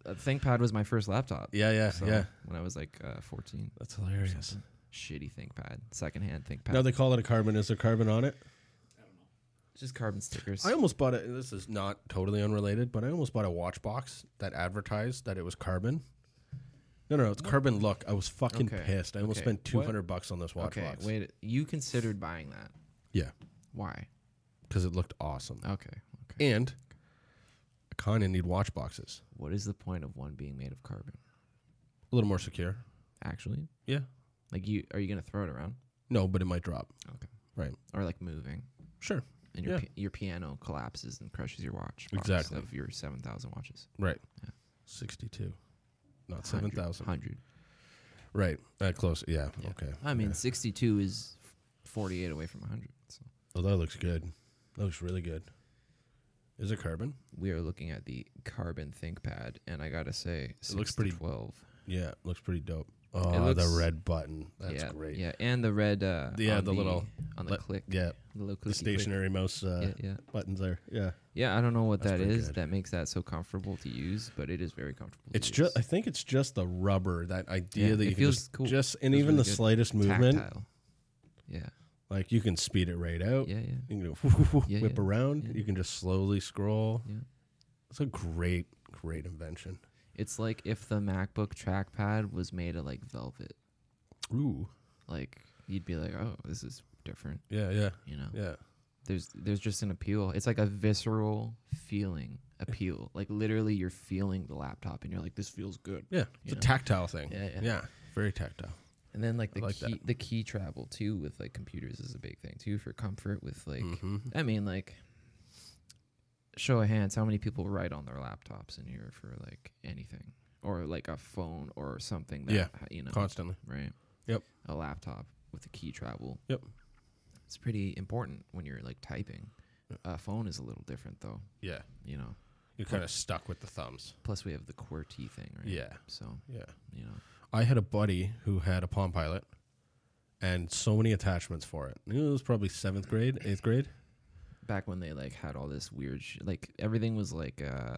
A ThinkPad was my first laptop. Yeah, yeah, So, yeah. When I was like uh, 14. That's hilarious. shitty ThinkPad, secondhand ThinkPad. Now they call it a carbon. Is there carbon on it? I don't know. It's just carbon stickers. I almost bought it. This is not totally unrelated, but I almost bought a watch box that advertised that it was carbon. No, no, no it's carbon. Look, I was fucking Okay, pissed. I almost okay. spent What? two hundred bucks on this watch okay, box. wait. You considered buying that? Yeah, Why? because it looked awesome. Okay. Okay. And I kind of need watch boxes. What is the point of one being made of carbon? A little more secure. Actually, Yeah. like you are you gonna throw it around No, but it might drop. Okay. Right. or like moving? Sure. And your Yeah. pi- your piano collapses and crushes your watch. box Exactly. Of your seven thousand watches. Right. Yeah. Sixty-two, not seven thousand. Hundred. Right. That close. Yeah. Yeah. Okay. I mean, Yeah. sixty two is forty eight away from hundred. So Oh, that looks good. That looks really good. Is it carbon? we are looking at the carbon ThinkPad, and I gotta say, looks six to pretty- twelve. Yeah, it looks pretty dope. Oh, the looks- red button. That's yeah, great. Yeah, and the red. Uh, Yeah, on the little- on the let- click. yeah, the little The clicky click. stationary mouse uh, Yeah, yeah, buttons there. Yeah. yeah. I don't know what That's that pretty is good. that makes that so comfortable to use, but it is very comfortable. It's to just. I use. think it's just the rubber. That idea Yeah, that it you can feels just, cool. just and Feels even really the good. slightest movement, Tactile. Yeah, like you can speed it right out. yeah, yeah. You can <laughs> go whoo, whoo, whoo, Yeah, whip yeah, around. yeah. You can just slowly scroll. Yeah. It's a great, great invention. It's like if the MacBook trackpad was made of like velvet. Ooh. Like you'd be like, oh, this is different. Yeah. Yeah. You know, Yeah. there's there's just an appeal. It's like a visceral feeling appeal. Like literally, you're feeling the laptop, and you're like, this feels good. Yeah. It's You a know? tactile thing. Yeah, yeah. Very tactile. And then like the like key the key travel too with like computers is a big thing too for comfort with like Mhm. I mean like show of hands how many people write on their laptops in here for like anything or like a phone or something that Yeah. you know Constantly. right Yep. a laptop with the key travel Yep. it's pretty important when you're like typing a phone is a little different though Yeah. you know You're kind of stuck with the thumbs. plus we have the QWERTY thing right Yeah. so Yeah. you know I had a buddy who had a Palm Pilot and so many attachments for it. It was probably seventh grade, eighth grade. back when they like had all this weird sh- like everything was like uh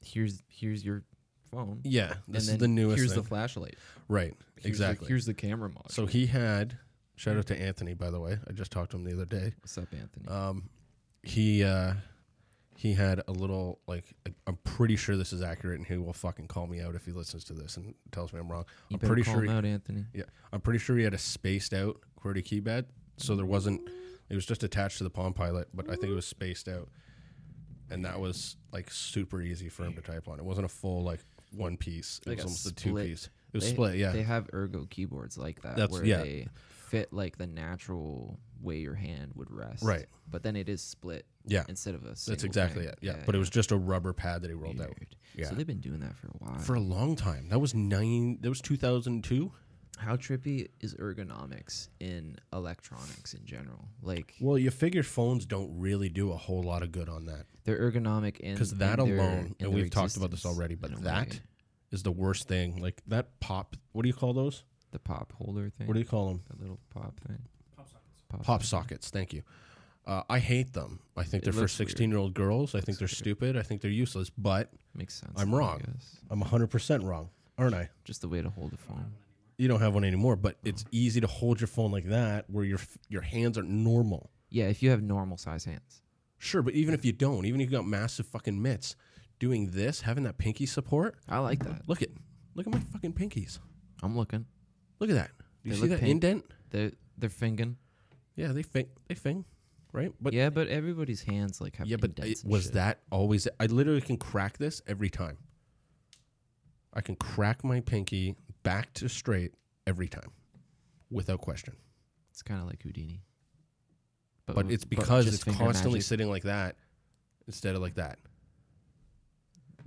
here's here's your phone Yeah, this and is the then newest here's thing. the flashlight right, here's exactly. the, here's the camera module so he had, shout out to Anthony, by the way. I just talked to him the other day. what's up anthony Um, he uh, he had a little like I- I'm pretty sure this is accurate, and he will fucking call me out if he listens to this and tells me I'm wrong. you I'm better pretty call sure him he- out anthony Yeah, I'm pretty sure he had a spaced out QWERTY keypad, so there wasn't. It was just attached to the Palm Pilot, but I think it was spaced out, and that was like super easy for him to type on. It wasn't a full like one piece. It Like was a almost a two split. piece. It was They- split. Yeah, they have ergo keyboards like that That's- where yeah. they fit like the natural way your hand would rest Right. but then it is split yeah. instead of a That's exactly it. Yeah, but it was just a rubber pad that he rolled out Yeah. so they've been doing that for a while for a long time. That was nine. That was 2002. how trippy is ergonomics in electronics in general like Well, you figure phones don't really do a whole lot of good on that They're ergonomic and because that alone, and we've talked about this already, but that is the worst thing. Like that pop. What do you call those? the pop holder thing, What do you call them? the little pop thing, Pop sockets. Pop sockets. Thank you. Uh, I hate them. I think It they're for looks weird. 16 year old girls. I think Looks they're weird. stupid. I think they're useless, but makes sense. I'm I wrong. guess. I'm 100% wrong, aren't I? Just the way to hold the I don't have phone. one anymore. You don't have one anymore, but it's easy to hold your phone like that where your f- your hands are normal. Yeah, if you have normal size hands, Sure, but even if you don't, even if you got massive fucking mitts, doing this, having that pinky support, I like that. look at look at my fucking pinkies. I'm looking. Look at that. Do you They see look that pink. indent? They're they're fingering. Yeah, they fing they fing, right? But yeah, but everybody's hands like have Yeah, but indents it, and was shit. that always? I literally can crack this every time. I can crack my pinky back to straight every time, without question. It's kind of like Houdini. But with- it's with because just it's finger constantly magic. sitting like that instead of like that.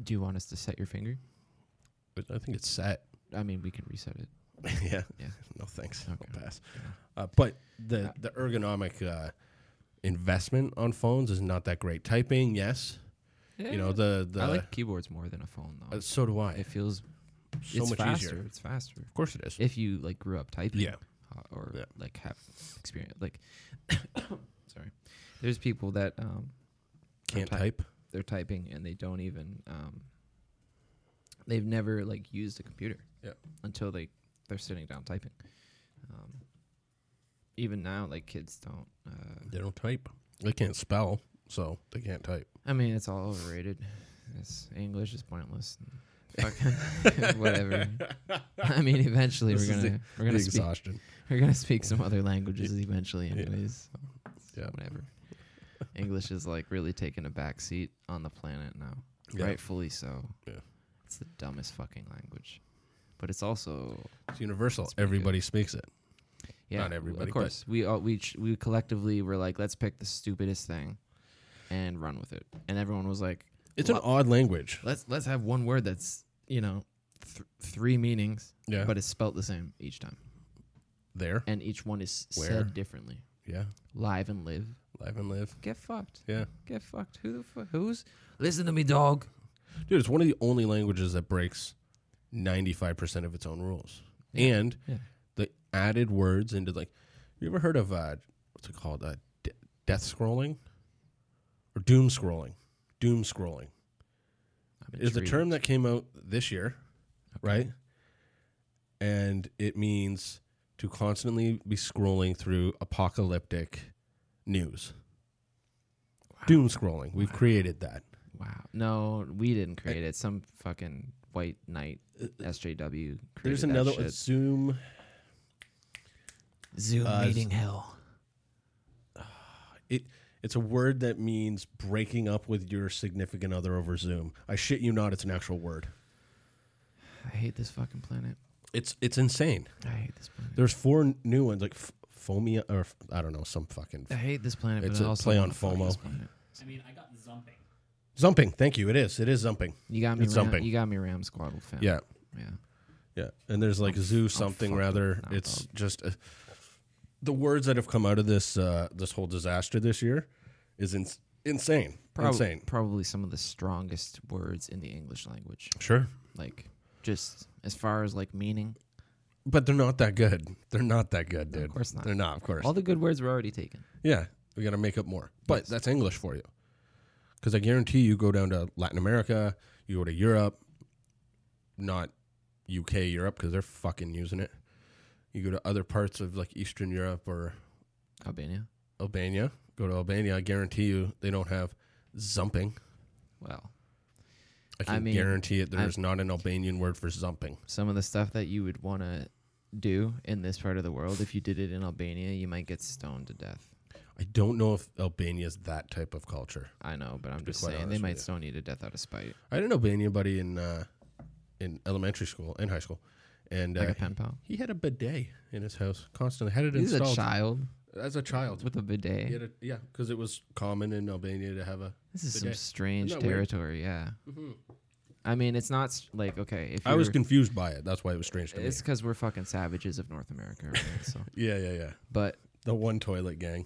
Do you want us to set your finger? But I think it's set. <laughs> I mean, we can reset it. yeah. Yeah. No thanks. Okay. I'll pass. Yeah. Uh, but the the ergonomic uh, investment on phones is not that great. Typing, yes. You know the the. I like keyboards more than a phone though. uh, so do I. it feels so it's much faster. easier. It's faster. Of course it is. If you like grew up typing, Yeah. uh, or Yeah. like have experience, like <coughs> sorry, there's people that um are Can't type- type. They're typing and they don't even um they've never like used a computer. Yeah. Until they they're sitting down typing. Um, even now, like kids don't. Uh, They don't type. They can't spell, so they can't type. I mean, it's all overrated. It's English is pointless. and fucking <laughs> <laughs> whatever. I mean, eventually This we're is the- gonna we're gonna The speak exhaustion. we're gonna speak some other languages eventually, Yeah. anyways. So it's Yeah. whatever. English is like really taking a back seat on the planet now, Yeah. rightfully so. Yeah. It's the dumbest fucking language, but it's also It's universal. It's pretty good. Everybody speaks it. yeah. Not w- everybody, of but- course. We all we ch- we collectively were like, let's pick the stupidest thing, and run with it. And everyone was like, It's Well- an odd language. let's let's have one word that's you know th- three meanings, Yeah. but But it's spelt the same each time, there. and each one is Where? said differently. Yeah. Live and live. Live and live. Get fucked. Yeah. Get fucked. Who the fuck? Who's? Listen to me, dog. Dude, it's one of the only languages that breaks 95% of its own rules. Yeah. and Yeah. the added words into like you ever heard of uh what's it called uh, de- death scrolling or doom scrolling doom scrolling I'm is the intrigued. term that came out this year Okay. right and it means to constantly be scrolling through apocalyptic news Wow. doom scrolling we've created that Wow. No, we didn't create it. Some fucking white knight SJW created there's that another shit. zoom Zoom uh, meeting hell. It it's a word that means breaking up with your significant other over Zoom. I shit you not, it's an actual word. I hate this fucking planet. It's it's insane. I hate this planet. There's four n- new ones like f- Fomia or f- I don't know some fucking I hate this planet. It's but I a also play on wanna fuck FOMO. this planet. I mean, I got zumping. zumping. Thank you. It is. It is zumping. You got me. It's Ram, something. you got me. Ram squaddled fam. Yeah, Yeah. yeah. And there's like zoo something fucked rather. up now, It's dog. just a, the words that have come out of this uh, this whole disaster this year is ins insane. Prob- insane. Probably some of the strongest words in the English language. Sure, Like just as far as like meaning. but they're not that good. They're not that good, dude. Of course not. They're not. Of course. All the good words were already taken. Yeah, we got to make up more. But that's English for you. Because I guarantee you go down to Latin America, you go to Europe, not UK Europe, because they're fucking using it. You go to other parts of like Eastern Europe or Albania. Albania, go to Albania, I guarantee you they don't have zumping. Well, I can mean, guarantee it I- there's not an Albanian word for zumping. some of the stuff that you would want to do in this part of the world, if you did it in Albania, you might get stoned to death. I don't know if Albania's that type of culture. I know, but I'm be just quite saying they honest with might you. stone you to death out of spite, I had an Albanian buddy in uh, in elementary school and high school. And like uh, a pen pal. He had a bidet in his house constantly. Had it He's a installed child as a child. with a bidet. He had a, yeah, because it was common in Albania to have a. this is some bidet. strange Isn't that weird? Mm-hmm. territory. Yeah, I mean, it's not s- like okay. If I was you're- confused by it. That's why it was strange to me. it's because we're fucking savages of North America, right? <laughs> so, Yeah, yeah, yeah. but The one toilet gang.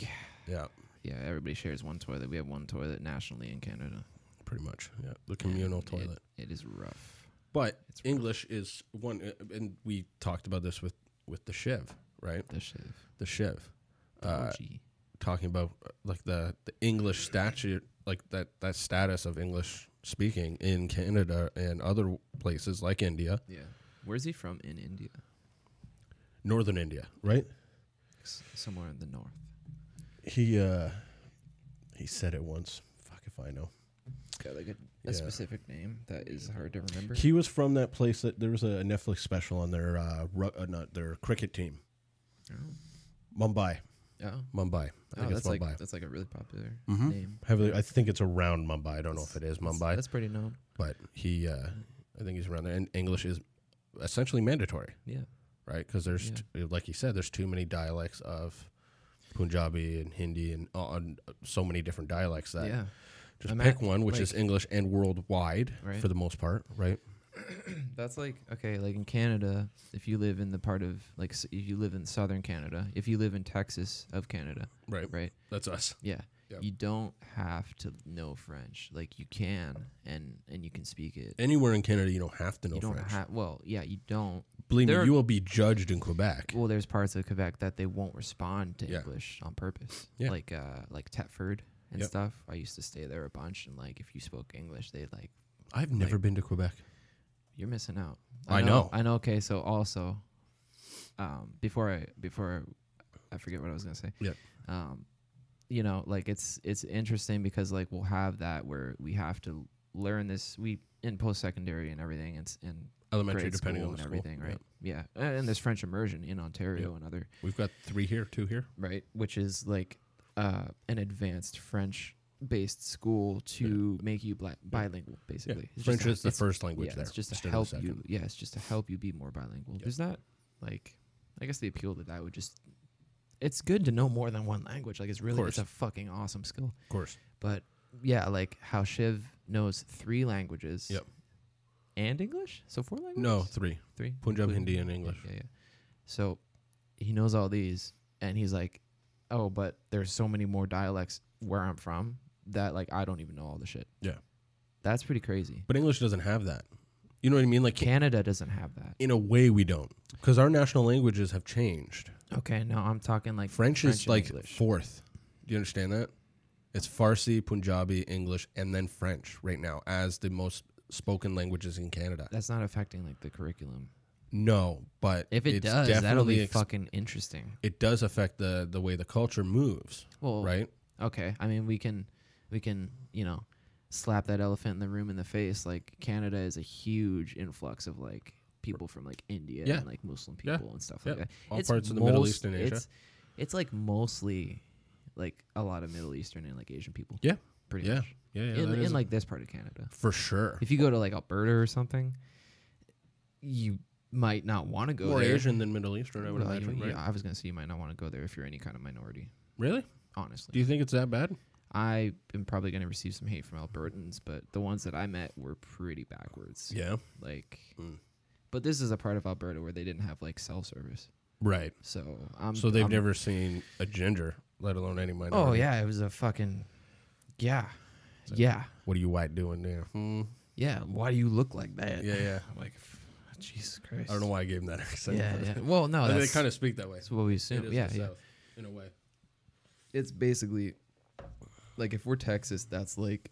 Yeah. Yeah, yeah, everybody shares one toilet. We have one toilet nationally in Canada. pretty much. Yeah, the communal It- toilet. it is rough. but It's rough. English is one, uh, and we talked about this with with the shiv, right? The shiv. The shiv, The uh, OG. talking about uh, like the the English statute, like that that status of English speaking in Canada and other places like India. Yeah. Where's he from in India? northern India, right? S- somewhere in the north. He uh he said it once. Fuck if I know. Got like a, Yeah. specific name that is hard to remember. He was from that place that there was a Netflix special on their uh, ru- uh not their cricket team, Oh, Mumbai, oh. oh Mumbai. I think that's it's like Mumbai. that's like a really popular Mhm. name. Heavily, I think it's around Mumbai. I don't know if it is That's- Mumbai, That's pretty known. but he, uh, I think he's around there. And English is essentially mandatory, Yeah. right? Because there's, t- like he said, there's too many dialects of Punjabi and Hindi and uh, on so many different dialects that Yeah. Just Ima- pick one, which like- is English and worldwide Right. for the most part, right? That's like okay, like in Canada, if you live in the part of like s- if you live in southern Canada, if you live in Texas of Canada, Right. right? That's us. Yeah. Yep. You don't have to know French. Like you can and and you can speak it. Anywhere in Canada, you don't have to know you don't French. have well, yeah, you don't. Believe me, There are- you will be judged in Quebec. Well, there's parts of Quebec that they won't respond to Yeah. English on purpose. Yeah. Like uh like Tetford and Yep. stuff. I used to stay there a bunch and like if you spoke English, they like I've never been to Quebec. you're missing out. I know. I know. Okay, so also um before I before I, I forget what I was going to say. Yep. Um you know, like it's it's interesting because like we'll have that where we have to learn this we in post secondary and everything and s- and Elementary, grade depending school on the and school. everything, Yeah. right? Yeah. And and there's French immersion in Ontario and other We've got three here, two here. right? Which is like uh, an advanced French based school to make you bla- bilingual, Yeah. basically. It's just French to- is the it's- first language yeah, there. It's just to instead of the help second. you. Yeah, it's just to help you be more bilingual. Yep. There's not like, I guess the appeal to that would just. It's good to know more than one language. Like it's really it's course. a fucking awesome skill. Of course. But yeah, like how Shiv knows three languages. Yep. And English, so four languages. No, three. three. Punjab, Including- Hindi, and yeah, English. Yeah, yeah. So he knows all these, and he's like, "Oh, but there's so many more dialects where I'm from that like I don't even know all the shit." Yeah. that's pretty crazy. But English doesn't have that. You know what I mean? Like Canada doesn't have that. in a way we don't because our national languages have changed. Okay, no, I'm talking like French, is and like English. fourth. Do you understand that? It's Farsi, Punjabi, English, and then French right now as the most spoken languages in Canada. that's not affecting like the curriculum. No, but If it it's does, that'll definitely be ex- fucking interesting. It does affect the the way the culture moves, Well, right? okay. I mean, we can, we can, you know, slap that elephant in the room in the face. Like Canada is a huge influx of like people from like India Yeah. and like Muslim Yeah. people and stuff Yeah. like that. All parts of the Middle most- East and Asia. It's, it's like mostly like a lot of Middle Eastern and like Asian people. Yeah. pretty Yeah. much. Yeah, yeah, in, that is in a- like this part of Canada. for sure. If you go to like Alberta or something, you might not want to go More there. Asian than Middle Eastern, I would Well, you- imagine. you- right? I was gonna say you might not want to go there if you're any kind of minority. Really? Honestly, Do you think it's that bad? I am probably gonna receive some hate from Albertans, but the ones that I met were pretty backwards. Yeah. Like, Mm. but this is a part of Alberta where they didn't have like cell service, Right. so I'm. so they've I'm- never seen a ginger, let alone any minority. Oh yeah, it was a fucking. Yeah, yeah, What are you white doing there? Hmm. yeah. Why do you look like that? Yeah, yeah. I'm <laughs> like, f- Jesus Christ. I don't know why I gave him that <laughs> accent. Yeah, but- yeah. Well, no, I mean, that's, they kind of speak that way. that's what we It assume. is yeah, the yeah. South, in a way. It's basically like if we're Texas, that's like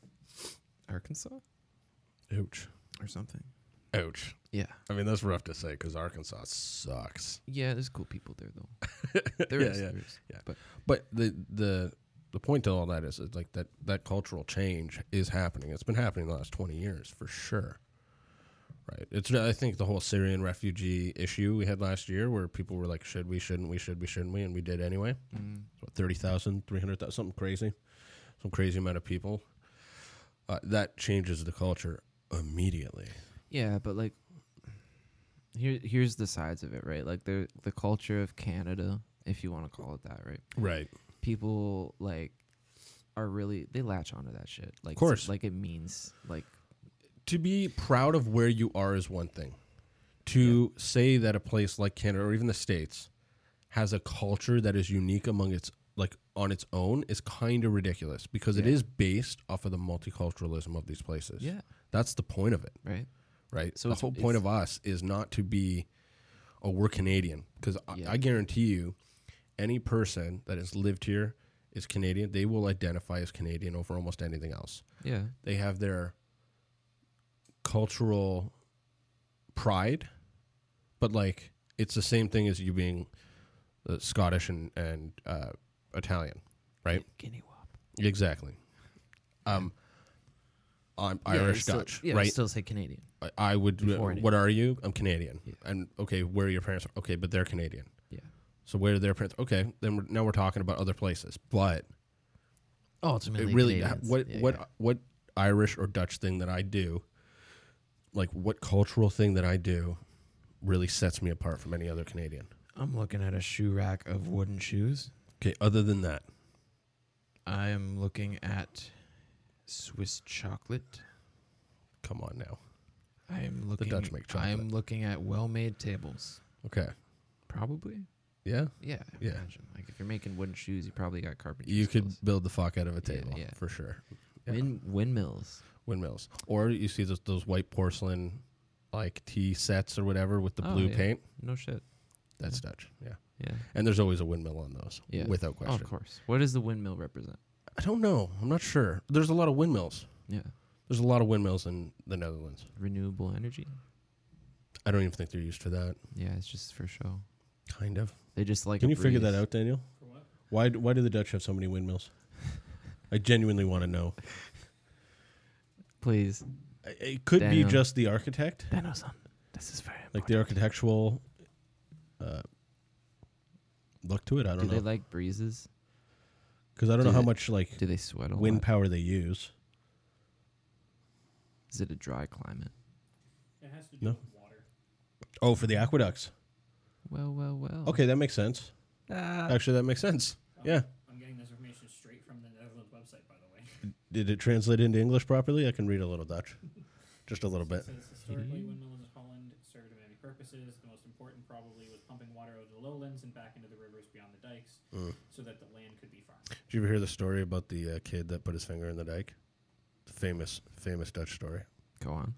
Arkansas Ouch. or something. Ouch. Yeah. I mean, that's rough to say because Arkansas sucks. Yeah, there's cool people there though. <laughs> There Yeah, is, yeah. there is. But the the the point to all that is, is like that that cultural change is happening. It's been happening the last twenty years for sure. Right. It's I think the whole Syrian refugee issue we had last year, where people were like, "Should we? Shouldn't we? Should we? Shouldn't we?" And we did anyway. Mm. What, 30,000, 300,000, something crazy, some crazy amount of people. Uh, that changes the culture immediately. Yeah, but like here here's the sides of it, right? Like the the culture of Canada, if you want to call it that, right? Right. People like are really they latch onto that shit. Like it's- course. like it means like to be proud of where you are is one thing. To say that a place like Canada or even the States has a culture that is unique among its like on its own is kind of ridiculous because it Yeah. is based off of the multiculturalism of these places. yeah, That's the point of it, right? right? So So the it's- whole point it's- of us is not to be oh we're Canadian because Yeah. I, I guarantee you any person that has lived here is Canadian, they will identify as Canadian over almost anything else Yeah. they have their cultural pride, but like it's the same thing as you being uh, Scottish and and uh, Italian. Right. Guinea wop. Exactly. Um, I'm Yeah, Irish still- Dutch, yeah, right? Still say Canadian. I, I would. before it- what are you? I'm Canadian. Yeah. And okay, where are your parents? Okay, but they're Canadian. Yeah. So where are their parents? Okay, then we're, now we're talking about other places, but Oh, Ultimately, it really Canadians. what Yeah, what yeah. what Irish or Dutch thing that I do, like what cultural thing that I do, really sets me apart from any other Canadian. I'm looking at a shoe rack of wooden shoes. Okay, other than that, I am looking at Swiss chocolate. come on now. I am looking. Dutch make I am chocolate. looking at well-made tables. Okay, Probably. yeah, Yeah. I would Yeah. Imagine. Like if you're making wooden shoes, you probably got carpentry. you could skills. build the fuck out of a Yeah, table yeah. for sure. yeah. Wind, windmills. Windmills, or you see those those white porcelain like tea sets or whatever with the Oh, blue yeah. paint. No shit. That's Dutch, yeah. Yeah. And there's always a windmill on those, Yeah. without Oh, of question. course. What does the windmill represent? I don't know. I'm not sure. There's a lot of windmills. Yeah. There's a lot of windmills in the Netherlands. Renewable energy. I don't even think they're used for that. Yeah, it's just for show. Kind of. They just like. Can a you figure that breeze. out, Daniel? For what? Why d- why do the Dutch have so many <laughs> windmills? I genuinely want to know. please? I- It could Daniel. be just the architect, Dano-san, this is very like the important. architectural uh, look to it. I Do don't they know like breezes? because I don't do know how they- much like Do they sweat a wind lot? power they use. Is it a dry climate? It has to do No. with water. Oh, for the aqueducts. Well, well, well. Okay, that makes sense. Uh, Ah. Actually, that makes sense. Um, Yeah. I'm getting this information straight from the Netherlands website, by the way. Did it translate into English properly? I can read a little Dutch, <laughs> just a little bit. It says historically, windmills in Holland served many purposes. The most important probably was pumping water out of the lowlands and back into the rivers beyond the dikes, Mm. so that the land could be <laughs> farmed. Did you ever hear the story about the uh, kid that put his finger in the dike? The famous, famous Dutch story. Go on.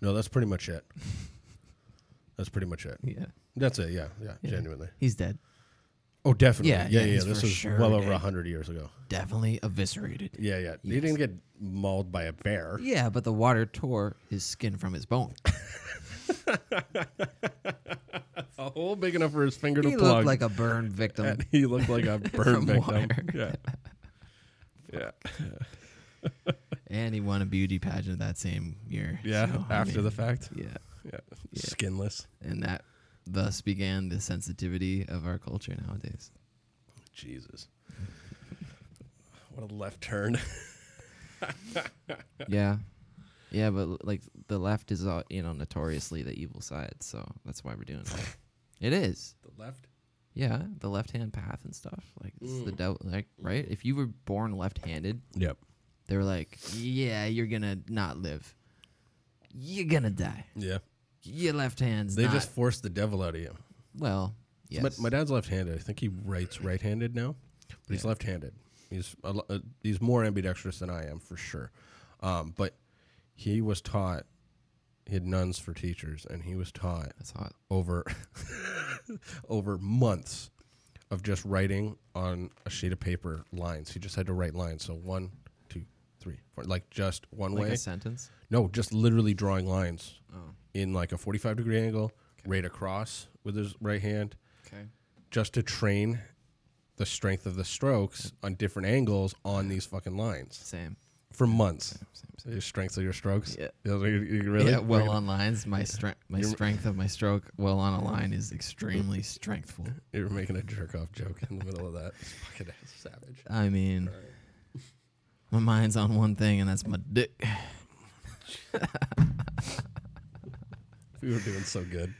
No, that's pretty much it. <laughs> That's pretty much it. Yeah. That's it. Yeah, yeah, Yeah. genuinely. He's dead. Oh, definitely. Yeah, Yeah, yeah. yeah, he's This for was sure well over dead. a hundred years ago. Definitely eviscerated. Yeah, yeah. He Yes. didn't get mauled by a <laughs> bear. Yeah, but the water tore his skin from his bone. A hole big enough for his finger he to looked plug. like a burn victim. <laughs> And <laughs> he looked like <laughs> a burn From victim. water. Yeah. <laughs> yeah. and he won a beauty pageant that same year. Yeah. so, I after the mean, fact. Yeah. Yeah. Skinless. And that thus began the sensitivity of our culture nowadays. Jesus. What a <laughs> left turn. yeah. Yeah, but like the left is uh, you know notoriously the evil side, so that's why we're doing <laughs> it. it is. the left. Yeah, the left-hand path and stuff. Like it's the Mm. devil like right? If you were born left-handed, Yep. they were like, "Yeah, you're going to not live. You're going to die. Yeah. Your left hand's They not just forced the devil out of you. well, yes. But my dad's left-handed. I think he writes right-handed now, but he's Yeah. left-handed. He's a, lo- uh, he's more ambidextrous than I am for sure. Um, but he was taught. He had nuns for teachers, and he was taught that's hot. over <laughs> over months of just writing on a sheet of paper lines. He just had to write lines. So one, two, three, four, like just one Like way. a sentence. No, just literally drawing lines Oh, in like a 45 degree angle, right across with his right hand, okay. just to train the strength of the strokes on different angles on these fucking lines Same. for months. Same, same, same. Your strengths of your strokes. Yeah. um, Those are your- you really Yeah, well Right. on lines, my strength, my You're- strength of my stroke, well on a line is extremely strengthful. you were making a jerk off joke in the middle of that. It's fucking savage. I mean, my mind's on one thing, and that's my dick. We were doing so good.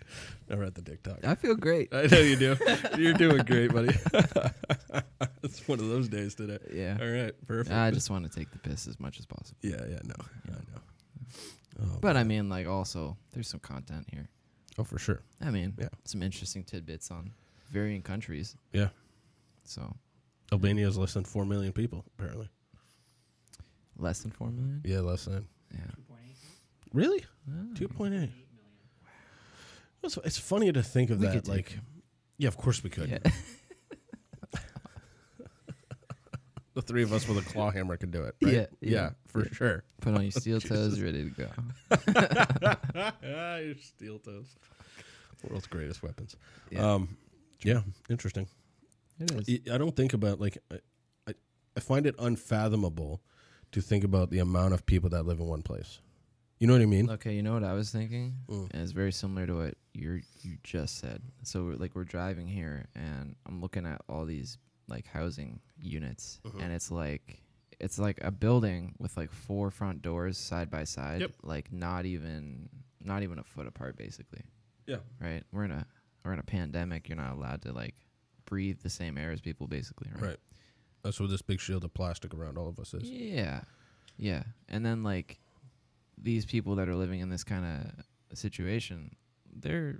Now we're at the TikTok. I feel great. I know you do. You're doing great, buddy. <laughs> it's one of those days today. Yeah. All right. Perfect. I just want to take the piss as much as possible. yeah, yeah, no. I know. Oh, But I mean, like, also, there's some content here. oh, for sure. I mean, Yeah. some interesting tidbits on varying countries. Yeah. So, Albania's less than 4 million people, apparently. less than 4 million? Yeah, less than. Yeah. 2.8 Really? Ah. 2.8. 8 million. It's, it's funny to think of We could that. take Like, yeah, of course we could. Yeah. The three of us with a claw hammer could do it. Right? Yeah, yeah, for yeah. <laughs> sure. Put on your steel toes, ready to go. Your steel toes. World's greatest weapons. Yeah. Um, yeah, interesting. It is. I I don't think about like I, I, I find it unfathomable to think about the amount of people that live in one place. You know what I mean? Okay, you know what I was thinking? Mm. And it's very similar to what you you just said. So we're, like we're driving here, and I'm looking at all these like housing units, and it's like it's like a building with like four front doors side by side, Yep. like not even not even a foot apart, basically. Yeah. Right. We're in a we're in a pandemic. You're not allowed to like breathe the same air as people, basically. Right. Right. That's what this big shield of plastic around all of us is. Yeah. Yeah. And then like these people that are living in this kind of situation, they're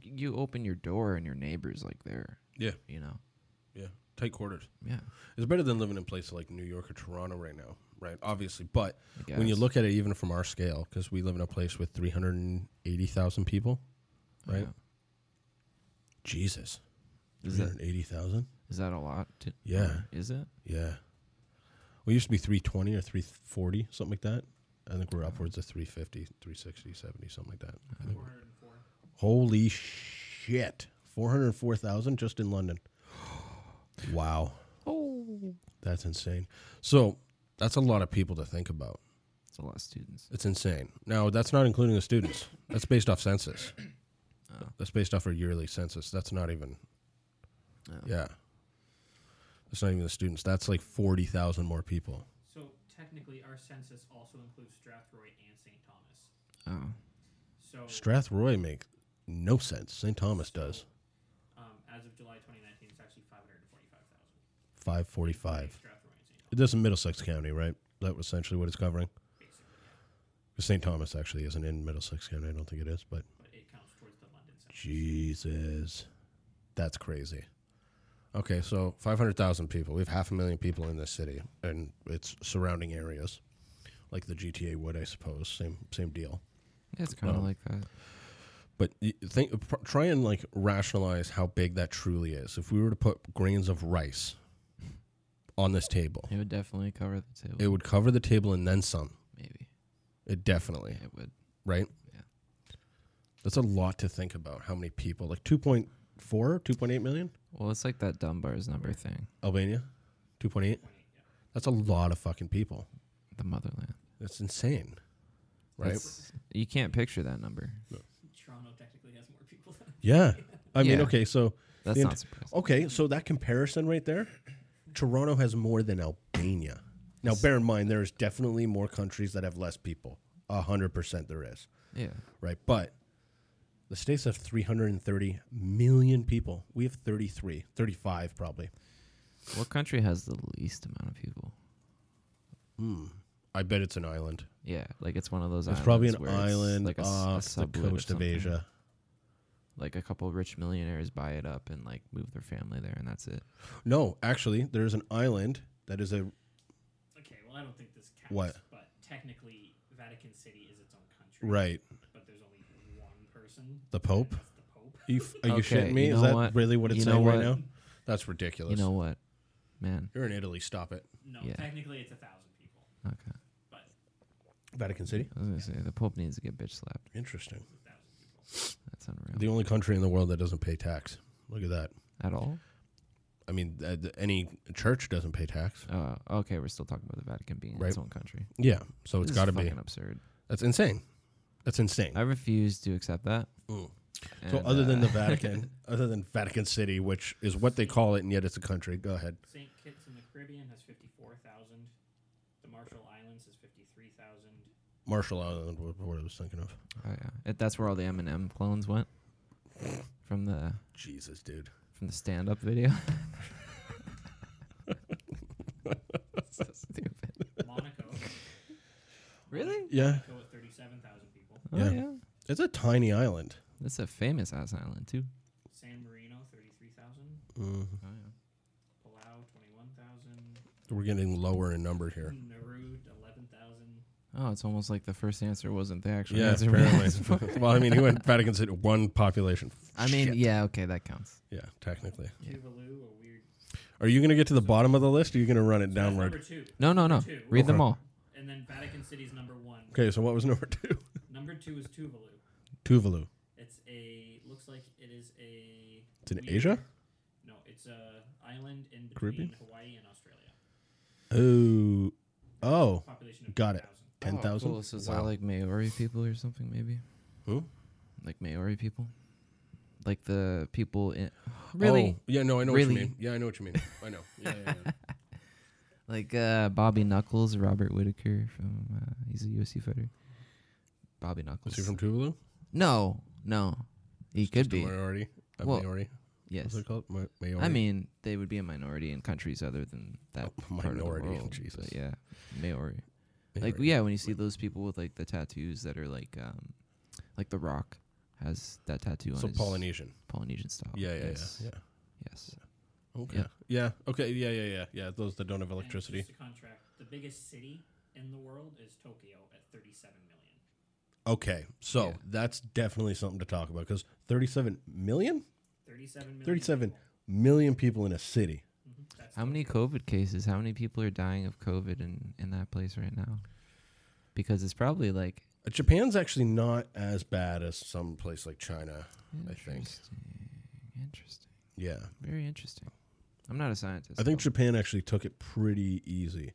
you open your door and your neighbors like they're Yeah. you know. Yeah. Tight quarters. Yeah. It's better than living in places like New York or Toronto right now, right? Obviously, but I when you guess. look at it even from our scale cuz we live in a place with 380,000 people. right? Yeah. Jesus. Is that 380,000? is that a lot? To, Yeah. or Is it? Yeah. We used to be 320 or 340, something like that. I think we're upwards of 350, 360, 70, something like that. I think- 404. Holy shit. 404,000 just in London. <gasps> Wow. Oh, That's insane. So that's a lot of people to think about. it's a lot of students. It's insane. Now, that's not including the students. That's based off census. Oh. That's based off our yearly census. That's not even, Oh. yeah. That's not even the students. That's like 40,000 more people. So technically, our census also includes Strathroy and St. Thomas. Oh. So Strathroy makes no sense. St. Thomas does. Um, as of July 2019, it's actually 545,000. 545. Strathroy and St. Thomas, This is Middlesex County, right? That was essentially what it's covering. basically, yeah. St. Thomas actually isn't in Middlesex County. I don't think it is, but but it counts towards the London census. Jesus. That's crazy. Okay, so 500,000 people. We have half a million people in this city and its surrounding areas, like the GTA would, I suppose. Same, same deal. It's kind of Um, like that. But y- think, pr- try and like rationalize how big that truly is. If we were to put grains of rice on this table, It would definitely cover the table. it would cover the table and then some. maybe. It definitely, Yeah, it would. right? Yeah. That's a lot to think about. How many people? Like 2.4, 2.8 million? Well, it's like that Dunbar's number thing. Albania? 2.8? That's a lot of fucking people. The motherland. That's insane. Right? That's- you can't picture that number. Toronto technically has more people than yeah. I mean, Yeah. okay, so That's The not ent- surprising. okay, so that comparison right there, Toronto has more than Albania. Now, bear in mind, there is definitely more countries that have less people. A hundred percent, there is. Yeah. right? But the states have 330 million people. We have 33, 35 probably. What country has the least amount of people? Hmm. I bet it's an island. Yeah, like it's one of those. It's probably an islands where it's island like a s- a off the sublet or coast of something. Asia. Like a couple rich millionaires buy it up and like move their family there, and that's it. No, actually, there's an island that is a Okay, well, I don't think this counts. What? But technically, Vatican City is its own country. right. But there's only one person. The Pope. and that's the Pope. Are you, are you Okay, shitting me? you is know that what? really what it's You know saying right what? now? That's ridiculous. You know what, man? You're in Italy. Stop it. No, Yeah. technically it's a thousand people. Okay, But Vatican City. I was gonna say the Pope needs to get bitch slapped. Interesting. it's a thousand people. That's unreal. The only country in the world that doesn't pay tax. Look at that. At all? I mean, uh, th- th- any church doesn't pay tax. Uh, okay, we're still talking about the Vatican being Right. its own country. Yeah. So it's This is got to be. fucking absurd. That's insane. That's insane. I refuse to accept that. Mm. So And, other than uh, <laughs> the Vatican, other than Vatican City, which is what they call it, and yet it's a country. Go ahead. St. Kitts and the Caribbean has 54,000. The Marshall Islands has 53,000. Marshall Island was what I was thinking of. oh, yeah. It- that's where all the M&M clones went from the Jesus, dude. from the stand-up <laughs> video. so stupid. Monaco. <laughs> Really? Yeah, Monaco at 37,000 people. Oh, Yeah. yeah. it's a tiny island. That's a famous ass island too. San Marino, 33,000. Mm-hmm. Oh yeah. Palau, 21,000. We're getting lower in number here. Nauru, 11,000. Oh, it's almost like the first answer wasn't the actual yeah, answer. <laughs> apparently. <laughs> well, I mean, he went Vatican City, one population. I mean, <laughs> Shit. yeah, okay, that counts. yeah, technically. Yeah. Tuvalu, a weird. Are you going to get to the bottom of the list? Or are you going to run it That's Number downward? two. No, no, no. Two. Read them Okay. all. And then Vatican City's number one. Okay, so what was number <laughs> two? Number two is Tuvalu. Tuvalu. It's a looks like it is a. It's in weird- Asia. No, it's a island in between Caribbean? Hawaii and Australia. Oh, oh, Population of Got it. 10,000. ten thousand. Oh, Cool. So it's all like Maori people or something, maybe. Who? Like Maori people, like the people <gasps> in. Really? Oh, yeah, no, I know what Really? you mean. Yeah, I know what you mean. <laughs> I know. Yeah, yeah, yeah. Like uh, Bobby Knuckles, Robert Whitaker from. Uh, he's a UFC fighter. Bobby Knuckles. <laughs> Is he from Tuvalu? no, no, he could Just a be. Minority. A Well, minority. Yes. What's it called? Mi- Maori. I mean, they would be a minority in countries other than that Oh, part minority, Of the world, Jesus. but yeah, Maori. Like Maori. yeah, when you see those people with like the tattoos that are like, um, like The Rock has that tattoo on So his Polynesian. Polynesian style. Yeah, yeah, yes, yeah, Yes. yeah. Okay. Yeah. Okay. Yeah, yeah, yeah, yeah. Those that don't have And electricity. Just to contract, the biggest city in the world is Tokyo at 37 million. Okay, so Yeah. that's definitely something to talk about because 37 million, 37 million. 37 people. million people in a city. Mhm, that's How many COVID cases? How many people are dying of COVID in in that place right now? Because it's probably like. Uh, Japan's actually not as bad as some place like China. I think. Interesting. Interesting. Yeah, Very interesting. I'm not a scientist. I think though. Japan actually took it pretty easy.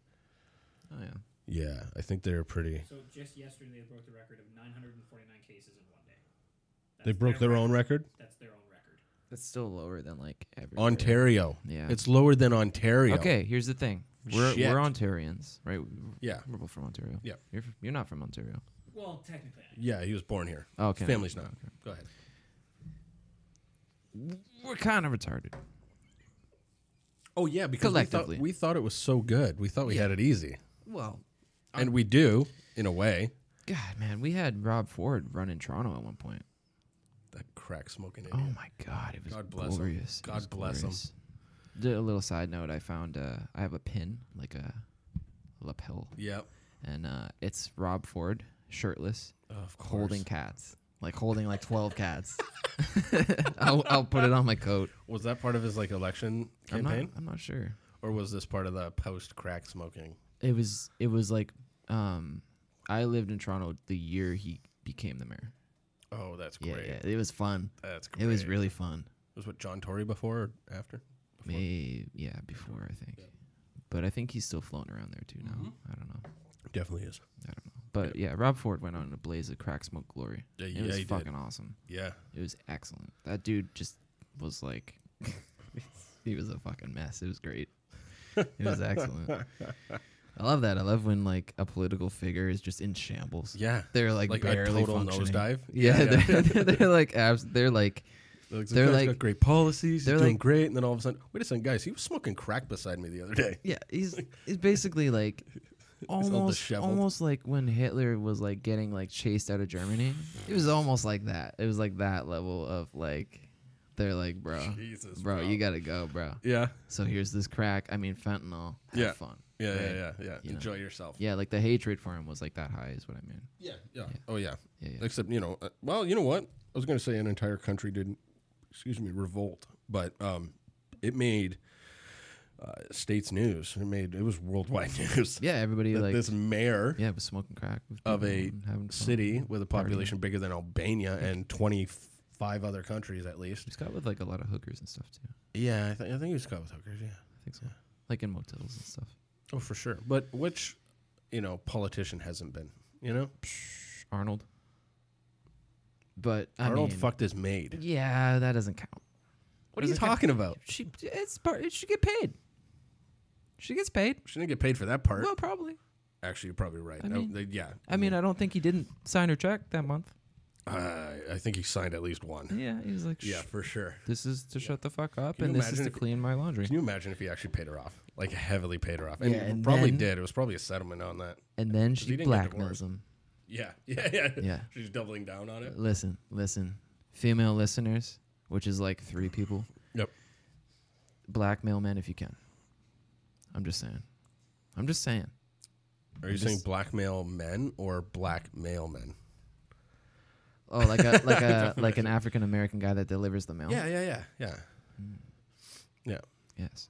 Oh yeah. Yeah, I think they're pretty. So just yesterday, they broke the record of 949 cases in one day. They That's broke their own record. That's their own record. That's still lower than like every Ontario. Yeah. It's lower than Ontario. Okay, here's the thing. We're Shit. we're Ontarians, right? Yeah. We're both from Ontario. Yeah. You're f- you're not from Ontario. Well, technically, I Yeah, he was born here. Oh, okay. His family's not. Go ahead. We're kind of retarded. Oh yeah, because we thought, Collectively. we thought it was so good. We thought we had it easy, Well, and we do in a way. God, man, we had Rob Ford run in Toronto at one point. That crack smoking idiot. Oh my God, it was God bless 'em. glorious. It God was bless 'em. glorious. Did a little side note. I found uh, I have a pin, like a lapel, Yep. and uh, it's Rob Ford shirtless Of course. holding cats, like holding like <laughs> twelve cats. I'll, I'll put it on my coat. Was that part of his like election I'm not, campaign, I'm not sure. or was this part of the post crack smoking? It was it was like um, I lived in Toronto the year he became the mayor. Oh, that's Yeah, great. yeah, it was fun. That's great. It was really fun. Was what John Tory before or after? Before? May yeah before I think, but I think he's still floating around there too now. Mm-hmm. I don't know. Definitely is. I don't know. But yeah, Rob Ford went on a blaze of crack smoke glory. Uh, Yeah, It yeah, was he did. fucking awesome. Yeah. It was excellent. That dude just was like, <laughs> He was a fucking mess. It was great. It was excellent. <laughs> I love that. I love when like a political figure is just in shambles. Yeah. They're like, Like a barely total functioning. nosedive. <laughs> Yeah, yeah. They're, they're like abs- they're like <laughs> Like, They're they're like like- got great policies. they're He's doing like- great, and then all of a sudden, wait a second, guys, he was smoking crack beside me the other day. yeah. He's he's basically like <laughs> almost disheveled. almost like when Hitler was like getting like chased out of Germany. It was almost like that. It was like that level of like they're like bro, Jesus, Uh, bro, you gotta go, bro. Yeah, So here's this crack. I mean fentanyl. Have Yeah. fun. yeah, yeah, Right. yeah, yeah. You know. Enjoy yourself. Yeah, like the hatred for him was like that high is what I mean. Yeah, yeah, Oh yeah. Yeah, yeah. Except you know, uh, well, you know what? I was going to say an entire country didn't, excuse me, revolt, but um, it made uh, states news. It made it was worldwide <laughs> news. Yeah, everybody that like this mayor yeah, was smoking crack with of people a and having fun. city with a population bigger than Albania and twenty five other countries at least. he's got with like a lot of hookers and stuff too. Yeah, I, th- I think he was caught with hookers. Yeah. I think so. Like in motels and stuff. Oh, for sure. But which, you know, politician hasn't been? You know, Arnold. But I Arnold mean, fucked his maid. Yeah, that doesn't count. What are you doesn't count. talking about? She it's part. It should get paid. She gets paid. She didn't get paid for that part. Well, probably. Actually, you're probably right. I No, mean- they- yeah, I mean, I don't think he didn't sign her check that month. uh, I think he signed at least one. Yeah, he was like, Yeah, yeah. for sure. this is to shut the fuck up, Can you and this is imagine to if- clean my laundry. Can you imagine if he actually paid her off, like heavily paid her off, and, Yeah, and probably then- did. It was probably a settlement on that. And then he she didn't get blackmails divorced. him. Yeah, <laughs> yeah, yeah. Yeah. She's doubling down on it. Listen, listen, female listeners, which is like three people. Yep. Blackmail men if you can. I'm just saying. I'm just saying. Are you Just- saying blackmail men or black male men? Oh, like a <laughs> like a like an African American guy that delivers the mail. Yeah, yeah, yeah, yeah, Yes.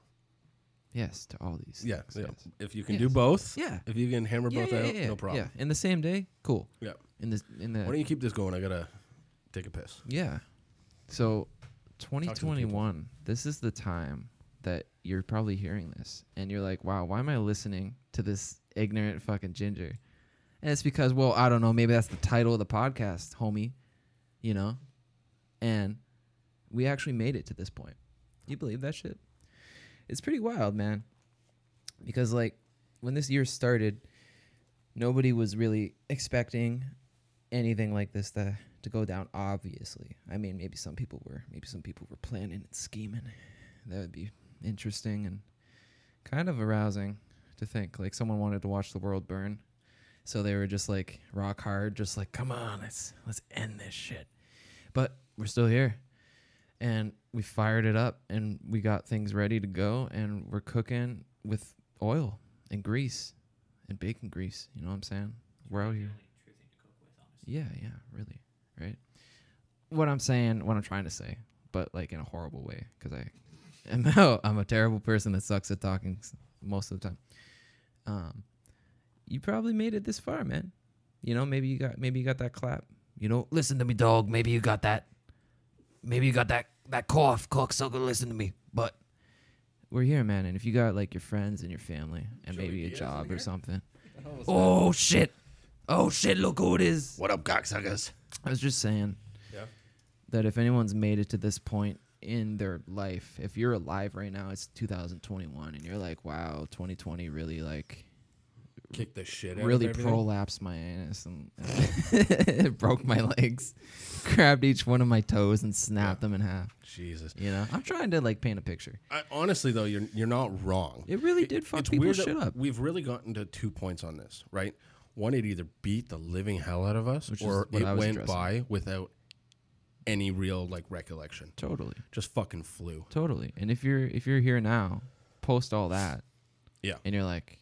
Yes, to all these. yeah. things, yeah. yes. If you can Yes. do both, Yeah. if you can hammer Yeah, both yeah, out, yeah, yeah, no problem. Yeah, in the same day, cool. Yeah. In this, in the Why don't you keep this going? I gotta take a piss. Yeah. So, the people. 2021, this is the time that you're probably hearing this and you're like, wow, why am I listening to this ignorant fucking ginger? And it's because, well, I don't know, maybe that's the title of the podcast, homie, you know? And we actually made it to this point. You believe that shit? It's pretty wild, man. Because, like, when this year started, nobody was really expecting anything like this to, to go down, obviously. I mean, maybe some people were. Maybe some people were planning and scheming. That would be interesting and kind of arousing to think. Like, someone wanted to watch the world burn. So they were just like rock hard, just like, come on, let's let's end this shit. But we're still here. And we fired it up and we got things ready to go and we're cooking with oil and grease and bacon grease. You know what I'm saying? We're out here. Really true thing to cook with, honestly. Yeah, yeah, really, right. What I'm saying, what I'm trying to say, but like in a horrible way, because I <laughs> am I'm a terrible person that sucks at talking s- most of the time. Um, you probably made it this far, man. You know, maybe you got maybe you got that clap. You know, listen to me, dog. Maybe you got that. Maybe you got that that cough, cocksucker. Listen to me, but we're here, man. And if you got like your friends and your family and Joey maybe a Diaz job in or here? something, oh shit, oh shit. Look who it is. What up, cocksuckers? I was just saying Yeah. that if anyone's made it to this point in their life, if you're alive right now, it's 2021, and you're like, wow, 2020 really like Kick the shit out really of everything. prolapsed my anus and <laughs> it broke my legs, <laughs> grabbed each one of my toes and snapped them in half. Jesus. You know, I'm trying to like paint a picture. I, honestly, though, you're you're not wrong. It really did fuck it's people weird that shit up. We've really gotten to two points on this, right? One, it either beat the living hell out of us, Which is or what it I was went addressing. by without any real like recollection. Totally, Just fucking flew. totally. And if you're if you're here now, post all that, Yeah. and you're like,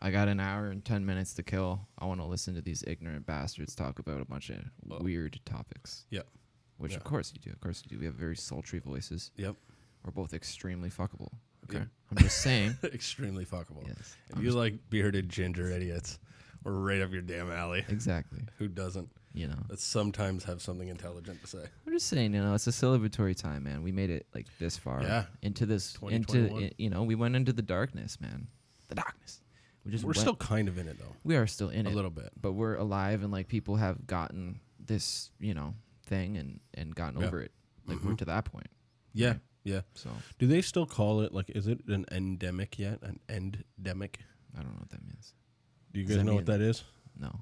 I got an hour and 10 minutes to kill. I want to listen to these ignorant bastards talk about a bunch of weird topics. Yep. Which, Yeah. of course, you do. Of course, you do. We have very sultry voices. Yep. <laughs> We're both extremely fuckable. Okay. Yep. I'm just <laughs> saying. Extremely fuckable. yes. If I'm you just- like bearded ginger idiots, we're right up your damn alley. exactly. Who doesn't? You know, That sometimes have something intelligent to say. I'm just saying, you know, it's a celebratory time, man. We made it like this far. Yeah. Into this, into, 2021. i- you know, we went into the darkness, man. The darkness. We just We're went- still kind of in it though, we are still in a it. little bit. but we're alive and like people have gotten this you know thing and and gotten Yeah. Mm-hmm. over it like we're to that point Yeah, yeah. so Do they still call it like? Is it an endemic yet? An endemic? i don't know what that means Do you Does guys that know what mean- that is? no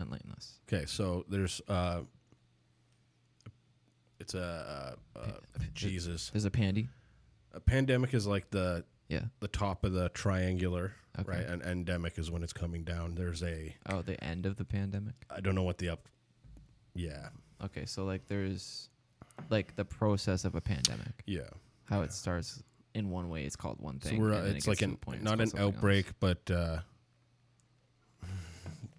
enlighten us Okay, so there's uh, it's a uh, uh, Jesus. there's a pandy A pandemic is like the yeah the top of the triangular, Okay. right? An endemic is when it's coming down. There's a oh the end of the pandemic I don't know what the up. Yeah, okay so like there's like the process of a pandemic yeah. how it starts in one way it's called one So thing we're and uh, then it it's gets like to an a point, it's not called an something else. outbreak, but uh, <sighs>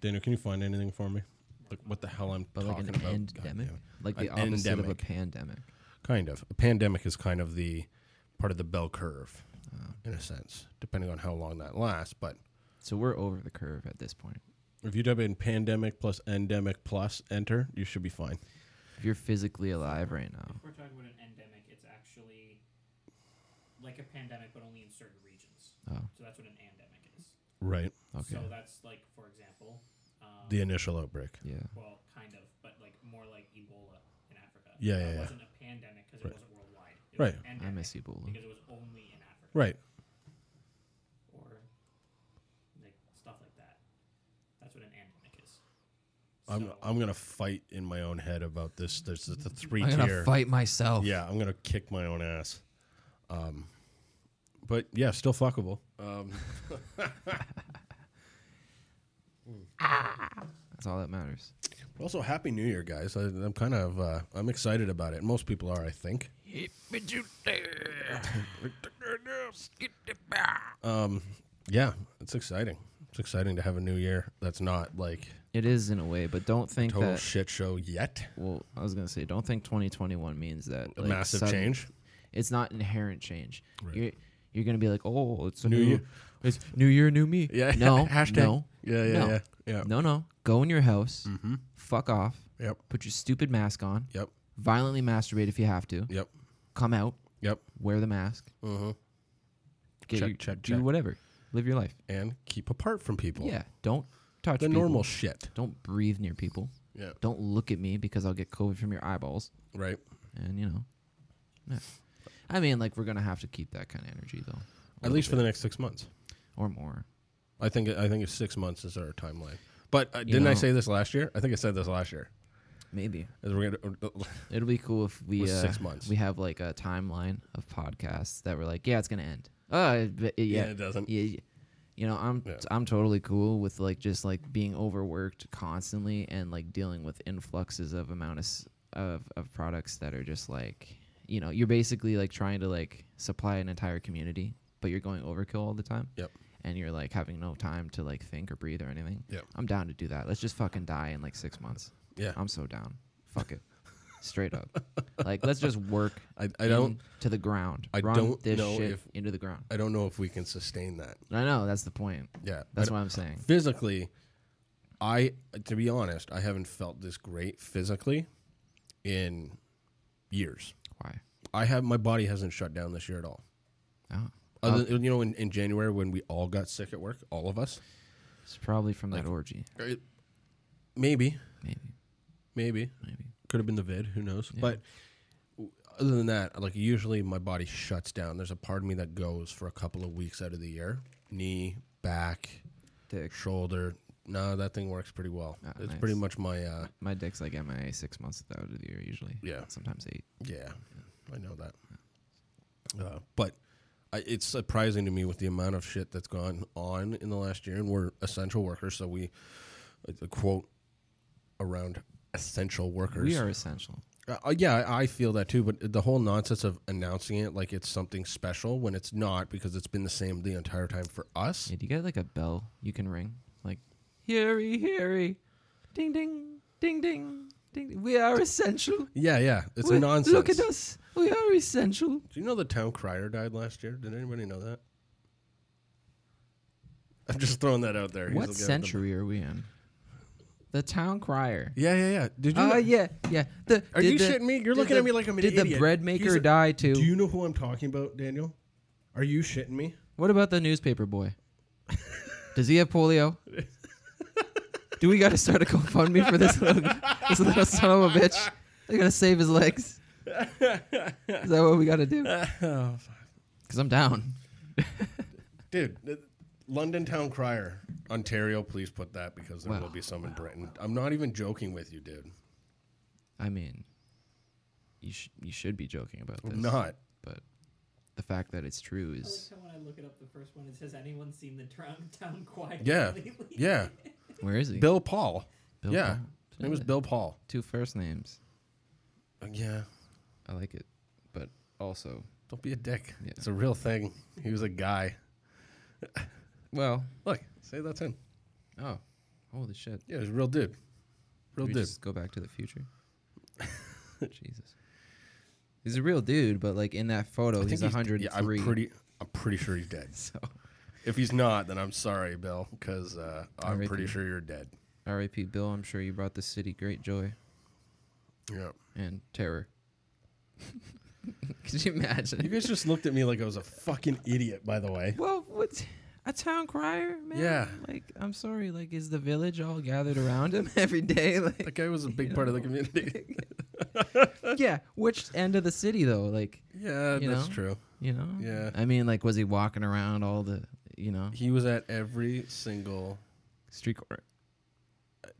Daniel, can you find anything for me? Like what the hell I'm but like talking an about? God damn endemic it. like the An opposite of a endemic. pandemic Kind of. A pandemic is kind of the part of the bell curve, uh, Oh. in a sense, depending on how long that lasts. But so we're over the curve at this point if you type in pandemic plus endemic plus enter, you should be fine. if you're physically alive right now If we're talking about an endemic, it's actually like a pandemic, but only in certain regions. oh So that's what an endemic is. Right. okay So that's like, for example, um, The initial outbreak. yeah well, kind of, but like more like Ebola in Africa. Yeah, That yeah, yeah. wasn't a pandemic because Right. it wasn't worldwide. It Right. Was an I endemic miss Ebola. because it was only in Africa. Right. Or like stuff like that. That's what an endemic is. I'm, So- I'm going to fight in my own head about this. There's the, the three I'm tier. gonna fight myself. Yeah, I'm going to kick my own ass. Um, but yeah, still fuckable. Um, That's all that matters. also, Happy New Year, guys. I, I'm kind of, uh, I'm excited about it. Most people are, I think. Um, yeah, it's exciting. It's exciting to have a new year that's not like It is in a way, but don't think total that. shit show yet. well, I was gonna say, don't think 2021 means that A like, massive sudden- change. <laughs> It's not inherent change. Right. You're you're gonna be like, oh, it's a New new, year. It's new year, new me. Yeah, No. <laughs> hashtag. No. Yeah, yeah, No. yeah, yeah. No. No. Go in your house. Mm-hmm. Fuck off. Yep, Put your stupid mask on. yep, Violently masturbate if you have to. yep, Come out. yep. Wear the mask. Mm-hmm. Get Check, your, check, do check. whatever. Live your life. And keep apart from people. Yeah. Don't touch the people. normal shit. Don't breathe near people. Yeah, Don't look at me because I'll get COVID from your eyeballs. right. and you know, yeah. I mean, like we're gonna have to keep that kind of energy though, a At little least for bit the next six months. or more. I think I think it's six months is our timeline. But uh, You didn't I know- say this last year? I think I said this last year. Maybe Is we're gonna, uh, <laughs> it'll be cool if we Was uh, six months. we have like a timeline of podcasts that we're like, yeah, it's gonna end. Oh, it, but it- yeah, yeah, it doesn't. yeah, yeah. You know, I'm Yeah. I'm totally cool with like just like being overworked constantly and like dealing with influxes of amount of s- of, of products that are just like you know you're basically like trying to like supply an entire community, but you're going overkill all the time. Yep. And you're like having no time to like think or breathe or anything. Yep. I'm down to do that. Let's just fucking die in like six months. Yeah, I'm so down. Fuck it. Straight <laughs> up. Like let's just work. I, I don't to the ground. I Run don't this know shit if- into the ground. I don't know if we can sustain that. I know that's the point. Yeah, That's I what I'm saying. physically i to be honest i haven't felt this great physically in years Why? i have my body hasn't shut down this year at all Oh, other you know in, in january when we all got sick at work all of us it's probably from Like- that orgy. It- maybe Maybe, maybe maybe. could have been the vid who knows Yeah. but w- other than that like usually my body shuts down there's a part of me that goes for a couple of weeks out of the year knee back Dick. shoulder no that thing works pretty well Ah, it's nice. pretty much my uh My dick's like MIA six months out of the year usually. Yeah. Sometimes eight. Yeah, I know that. Uh, but I, it's surprising to me with the amount of shit that's gone on in the last year, and we're essential workers, so we a quote around essential workers. We are essential. Uh, uh, yeah, I- I feel that too. But the whole nonsense of announcing it like it's something special when it's not, because it's been the same the entire time for us. Yeah, do you get like a bell you can ring? Like, Harry, Harry, ding, ding, ding, ding, ding. We are essential. Yeah, yeah, it's We- nonsense. Look at us. We are essential. Do you know the town crier died last year? Did anybody know that? I'm just throwing that out there. He's What looking at the- century are we in? The town crier. Yeah, yeah, yeah. Did you? Oh know- yeah, yeah. The, Are did you the- shitting me? You're did looking the- at me like I'm an Did idiot. the bread maker He's a- die too? Do you know who I'm talking about, Daniel? Are you shitting me? What about the newspaper boy? Does he have polio? Do we got to start a GoFundMe for this little, this little son of a bitch? They're gonna save his legs. Is that what we got to do? oh, fuck. Because I'm down. dude. th- London Town Crier, Ontario. Please put that because there Wow. will be some in Britain. I'm not even joking with you, dude. I mean, you sh- you should be joking about this. I'm not. but the fact that it's true I is like how when I look it up, the first one it says, "Anyone seen the town town choir?" Yeah. lately?" Yeah, where is he? Bill Paul. Bill yeah, Paul. his name was Bill Paul. Two first names. Uh, Yeah, I like it, but also don't be a dick. Yeah. It's a real thing. He was a guy. well. Look, say that's him. Oh, holy shit! Yeah, he's a real dude. Real we dude. just go back to the future. <laughs> Jesus, he's a real dude, but like in that photo, I think he's he's- 103. Yeah, I'm pretty. I'm pretty sure he's <laughs> dead. So, If he's not, then I'm sorry, Bill, because uh, I'm R.I.P.. pretty sure you're dead. R.I.P. Bill. I'm sure you brought the city great joy Yeah. and terror. Could you You imagine? guys just looked at me like I was a fucking idiot. By the way. Well, what's a town crier, man? Yeah. Like, I'm sorry. Like, is the village all gathered around him <laughs> every day? Like, That guy was a big part of the community. <laughs> yeah. Which end of the city though? Like, <laughs> yeah, You that's know? true. you know? Yeah. I mean, like, was he walking around all the, you know, He was at every single street corner,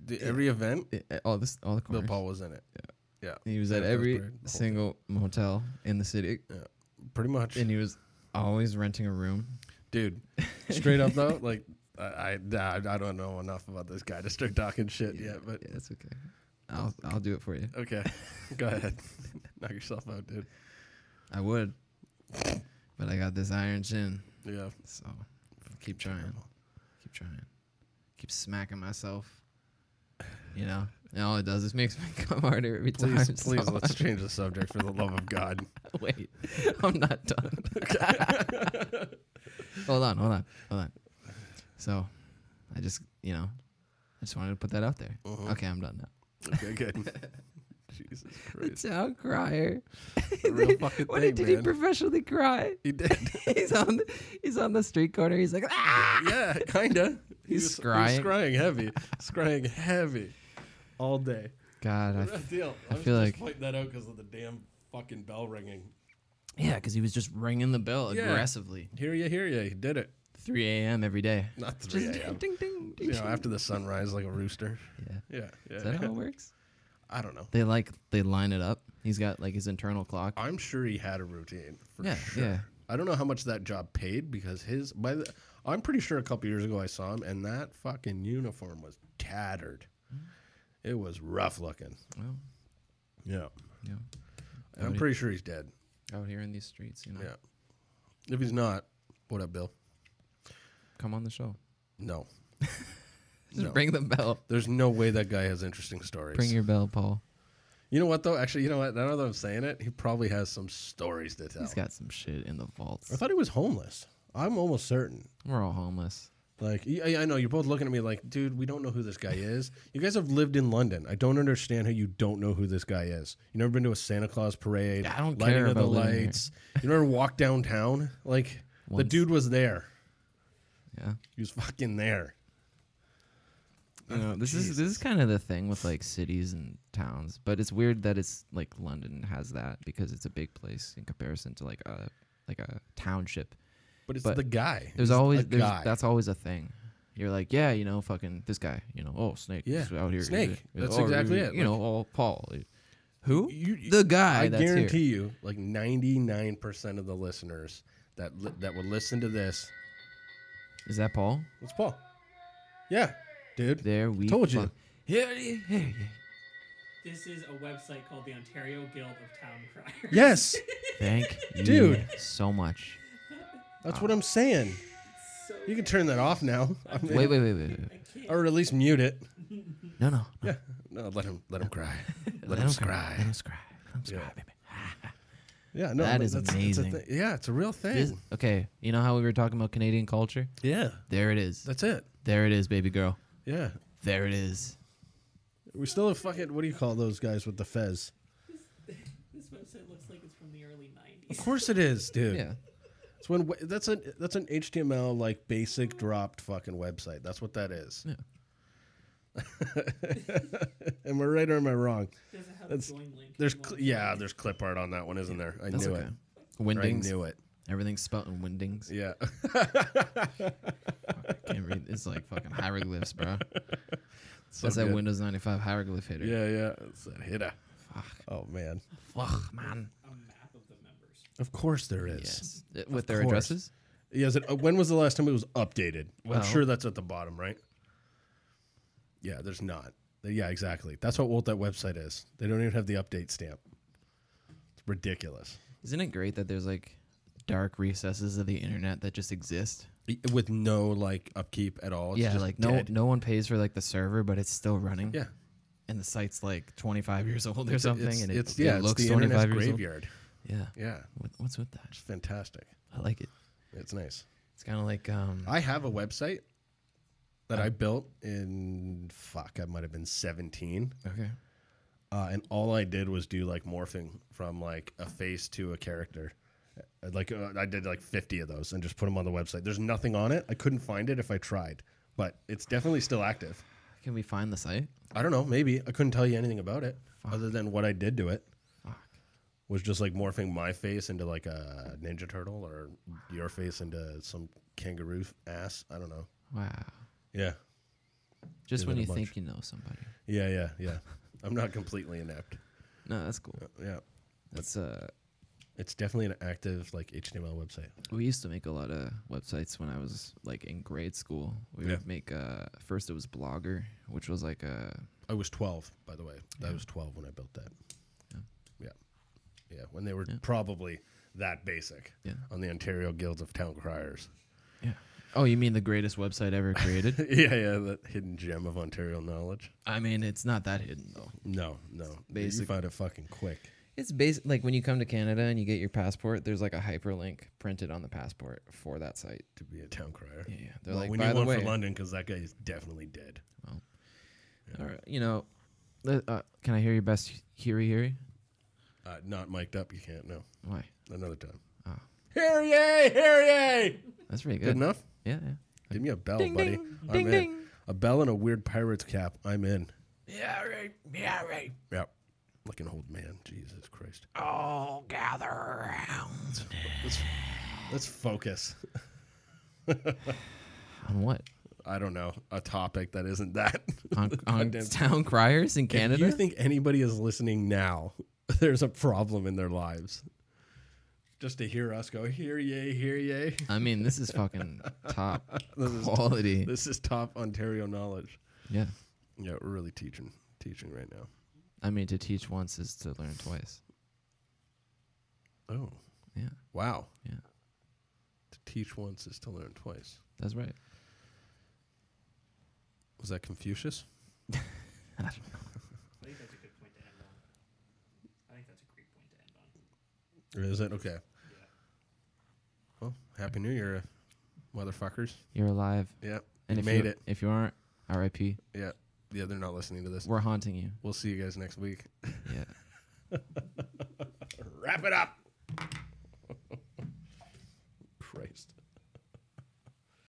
the- every event. eh, all this, all the Bill corners? Paul was in it. Yeah. Yeah. He was that at was every pretty- the whole single motel in the city, Pretty much, and he was always renting a room. <laughs> dude. Straight up though, like I I, nah, I don't know enough about this guy to start talking shit yet. But yeah, that's okay. I'll I'll do it for you. <laughs> okay, go ahead, knock yourself out, dude. I would, but I got this iron chin, Yeah. so keep trying, keep trying, keep smacking myself. You know, and all it does is makes <laughs> me come harder every Please, time. so- please, let's change the subject for the love of God. Wait, <laughs> I'm not done. hold on, hold on, hold on. So, I just, you know, I just wanted to put that out there. <laughs> Okay, I'm done now. Okay, good. <laughs> Jesus Christ. The town crier. A real fucking What thing, did he man. professionally cry? he did. <laughs> he's on, the, he's on the street corner. He's like, ah! Yeah, kinda. He He's was- he was scrying. scrying heavy. scrying heavy. All day. God, I, That's the deal. I, I was feel just like- pointing that out because of the damn fucking bell ringing. yeah, because he was just ringing the bell Yeah. aggressively, Hear ya, hear ya. He did it. 3 a.m. every day. Not three Just <laughs> a.m. ding, ding, ding. You know, after the sunrise, like a rooster. Yeah, Yeah, yeah. is that how it works? I don't know. They like they line it up. He's got like his internal clock. I'm sure he had a routine for Yeah, sure. yeah. I don't know how much that job paid because his by the I'm pretty sure a couple years ago I saw him and that fucking uniform was tattered. It was rough looking. Mm. Well, Yeah. yeah, And I'm pretty sure he's dead. out here in these streets, you know. Yeah. If he's not, what up, Bill? Come on the show. <laughs> No. Just No. bring the bell. <laughs> There's no way that guy has interesting stories. Bring your bell, Paul. you know what though? Actually, you know what? Now that I'm saying it, he probably has some stories to tell. He's got some shit in the vaults. I thought he was homeless. I'm almost certain. We're all homeless. Like, y- I I know you're both looking at me like, dude, we don't know who this guy is. You guys have lived in London. I don't understand how you don't know who this guy is. You never been to a Santa Claus parade? I don't lighting care of the about living here. lights. You never walked downtown? Like, the Once. dude was there. Yeah. He was fucking there. You know, this is this is kind of the thing with like cities and towns, but it's weird that it's like London has that because it's a big place in comparison to like a like a township. But it's But the guy. There's It's a always there's, guy. that's always a thing. You're like, yeah, you know, fucking this guy, you know, oh snake, Yeah, is out here, Snake. Yeah, That's or, exactly it, You know, oh Paul, who You- you- the guy I that's here. guarantee you, like 99% of the listeners that li- that would listen to this, Is that Paul? it's Paul. Yeah, dude. There we Told you. fuck- Yeah, yeah, yeah, yeah. This is a website called the Ontario Guild of Town Criers. Yes, <laughs> Thank you Dude. so much. that's what I'm saying. So You can turn that off now, I mean, Wait, wait, wait, wait, wait. I can't. or at least mute it. No, no. Yeah, no, let him let <laughs> him cry. Let, Let him him cry. cry. Let him cry. Let him Yeah. cry, baby. <laughs> Yeah, no, That but is that's, amazing. It's a thi- yeah, it's a real thing. This- okay, you know how we were talking about Canadian culture? yeah, There it is. that's it. There it is, baby girl. Yeah, There it is. we still have fucking. What do you call those guys with the fez? This website looks like it's from the early Of 90s. course it is, dude. It's when we- that's an that's an HTML like basic dropped fucking website. That's what that is. Yeah. <laughs> am I right or am I wrong? Does it have That's- a join link? There's Well, cl- yeah, there's clip art on that one, isn't there? I That's knew okay. it. Windings. I knew it. Everything's spelt in windings. Yeah. <laughs> I can't read. It's like fucking hieroglyphs, bro. <laughs> So That's that good. Windows 95 hieroglyph hitter. Yeah, yeah. It's that hitter. Oh man. Fuck, man. A map of the members. Of course there is. Yes. Uh, With their course. addresses? Yeah, is it, uh, when was the last time it was updated? Well- I'm sure that's at the bottom, right? Yeah, there's not. Yeah, exactly. That's how old that website is. They don't even have the update stamp. It's ridiculous. Isn't it great that there's like dark recesses of the internet that just exist? I- With no like upkeep at all. It's yeah, just like dead. no no one pays for like the server, but it's still running. Yeah. And the site's like 25 years old or something It's, and it, it's it yeah, looks it's the 25 internet's years graveyard. old. Yeah. Yeah, What, what's with that? it's fantastic. I like it. It's nice. It's kind of like um I have a website that I built in fuck, I might have been 17. okay. uh, and all I did was do like morphing from like a face to a character. Uh, Like uh, I did like fifty of those and just put them on the website. There's nothing on it. I couldn't find it if I tried, but it's definitely still active. Can we find the site? I don't know. Maybe I couldn't tell you anything about it other than what I did to it. Was just like morphing my face into like a ninja turtle or your face into some kangaroo ass. I don't know. Wow. Yeah, Just Give when it a you bunch. think you know somebody. yeah, yeah, <laughs> yeah. I'm not completely inept. No, that's cool. Yeah, That's uh it's definitely an active like HTML website. We used to make a lot of websites when I was like in grade school. We Yeah. would make uh first it was Blogger, which was like a I was 12, by the way. I Yeah. was 12 when I built that. Yeah. Yeah. Yeah, when they were Yeah. probably that basic yeah. on the Ontario Guild of Town Criers. <laughs> Oh, you mean the greatest website ever <laughs> created? yeah, yeah, that hidden gem of Ontario knowledge. I mean, it's not that hidden though. No, no. You basic. found it fucking quick. It's basic like when you come to Canada and you get your passport, there's like a hyperlink printed on the passport for that site. To be a town crier. Yeah, yeah. They're well, like we by need the one way, for London because that guy is definitely dead. all right, you know, the- uh, can I hear your best Huey Huey? Uh, not mic'd up, you can't. No, Why? another time. Oh. Hear ye, hear ye! That's pretty good. Good enough? yeah, yeah. Give me a bell, Ding, buddy. ding, I'm ding, in. ding. A bell and a weird pirate's cap. I'm in. Yeah, right. Yeah, right. Yep. Like an old man. Jesus Christ. All gather around. Let's, let's focus. On what? <laughs> I don't know. A topic that isn't that. <laughs> On, on Goddamn. town criers in If Canada? you think anybody is listening now, <laughs> there's a problem in their lives. Just to hear us go, hear yay, hear yay. I mean, this is fucking top <laughs> This is, quality. this is top Ontario knowledge. Yeah. Yeah, we're really teaching, teaching right now. I mean, to teach once is to learn twice. Oh, Yeah. wow. Yeah. To teach once is to learn twice. That's right. Was that Confucius? I think that's a good point to end on. I think that's a great point to end on. Or is it? Okay. Yeah. Well, Happy New Year, uh, motherfuckers. You're alive. Yeah. And you if made you, it. If you aren't, RIP. Yeah. Yeah, they're not listening to this. We're haunting you. We'll see you guys next week. Yeah. <laughs> Wrap it up. <laughs>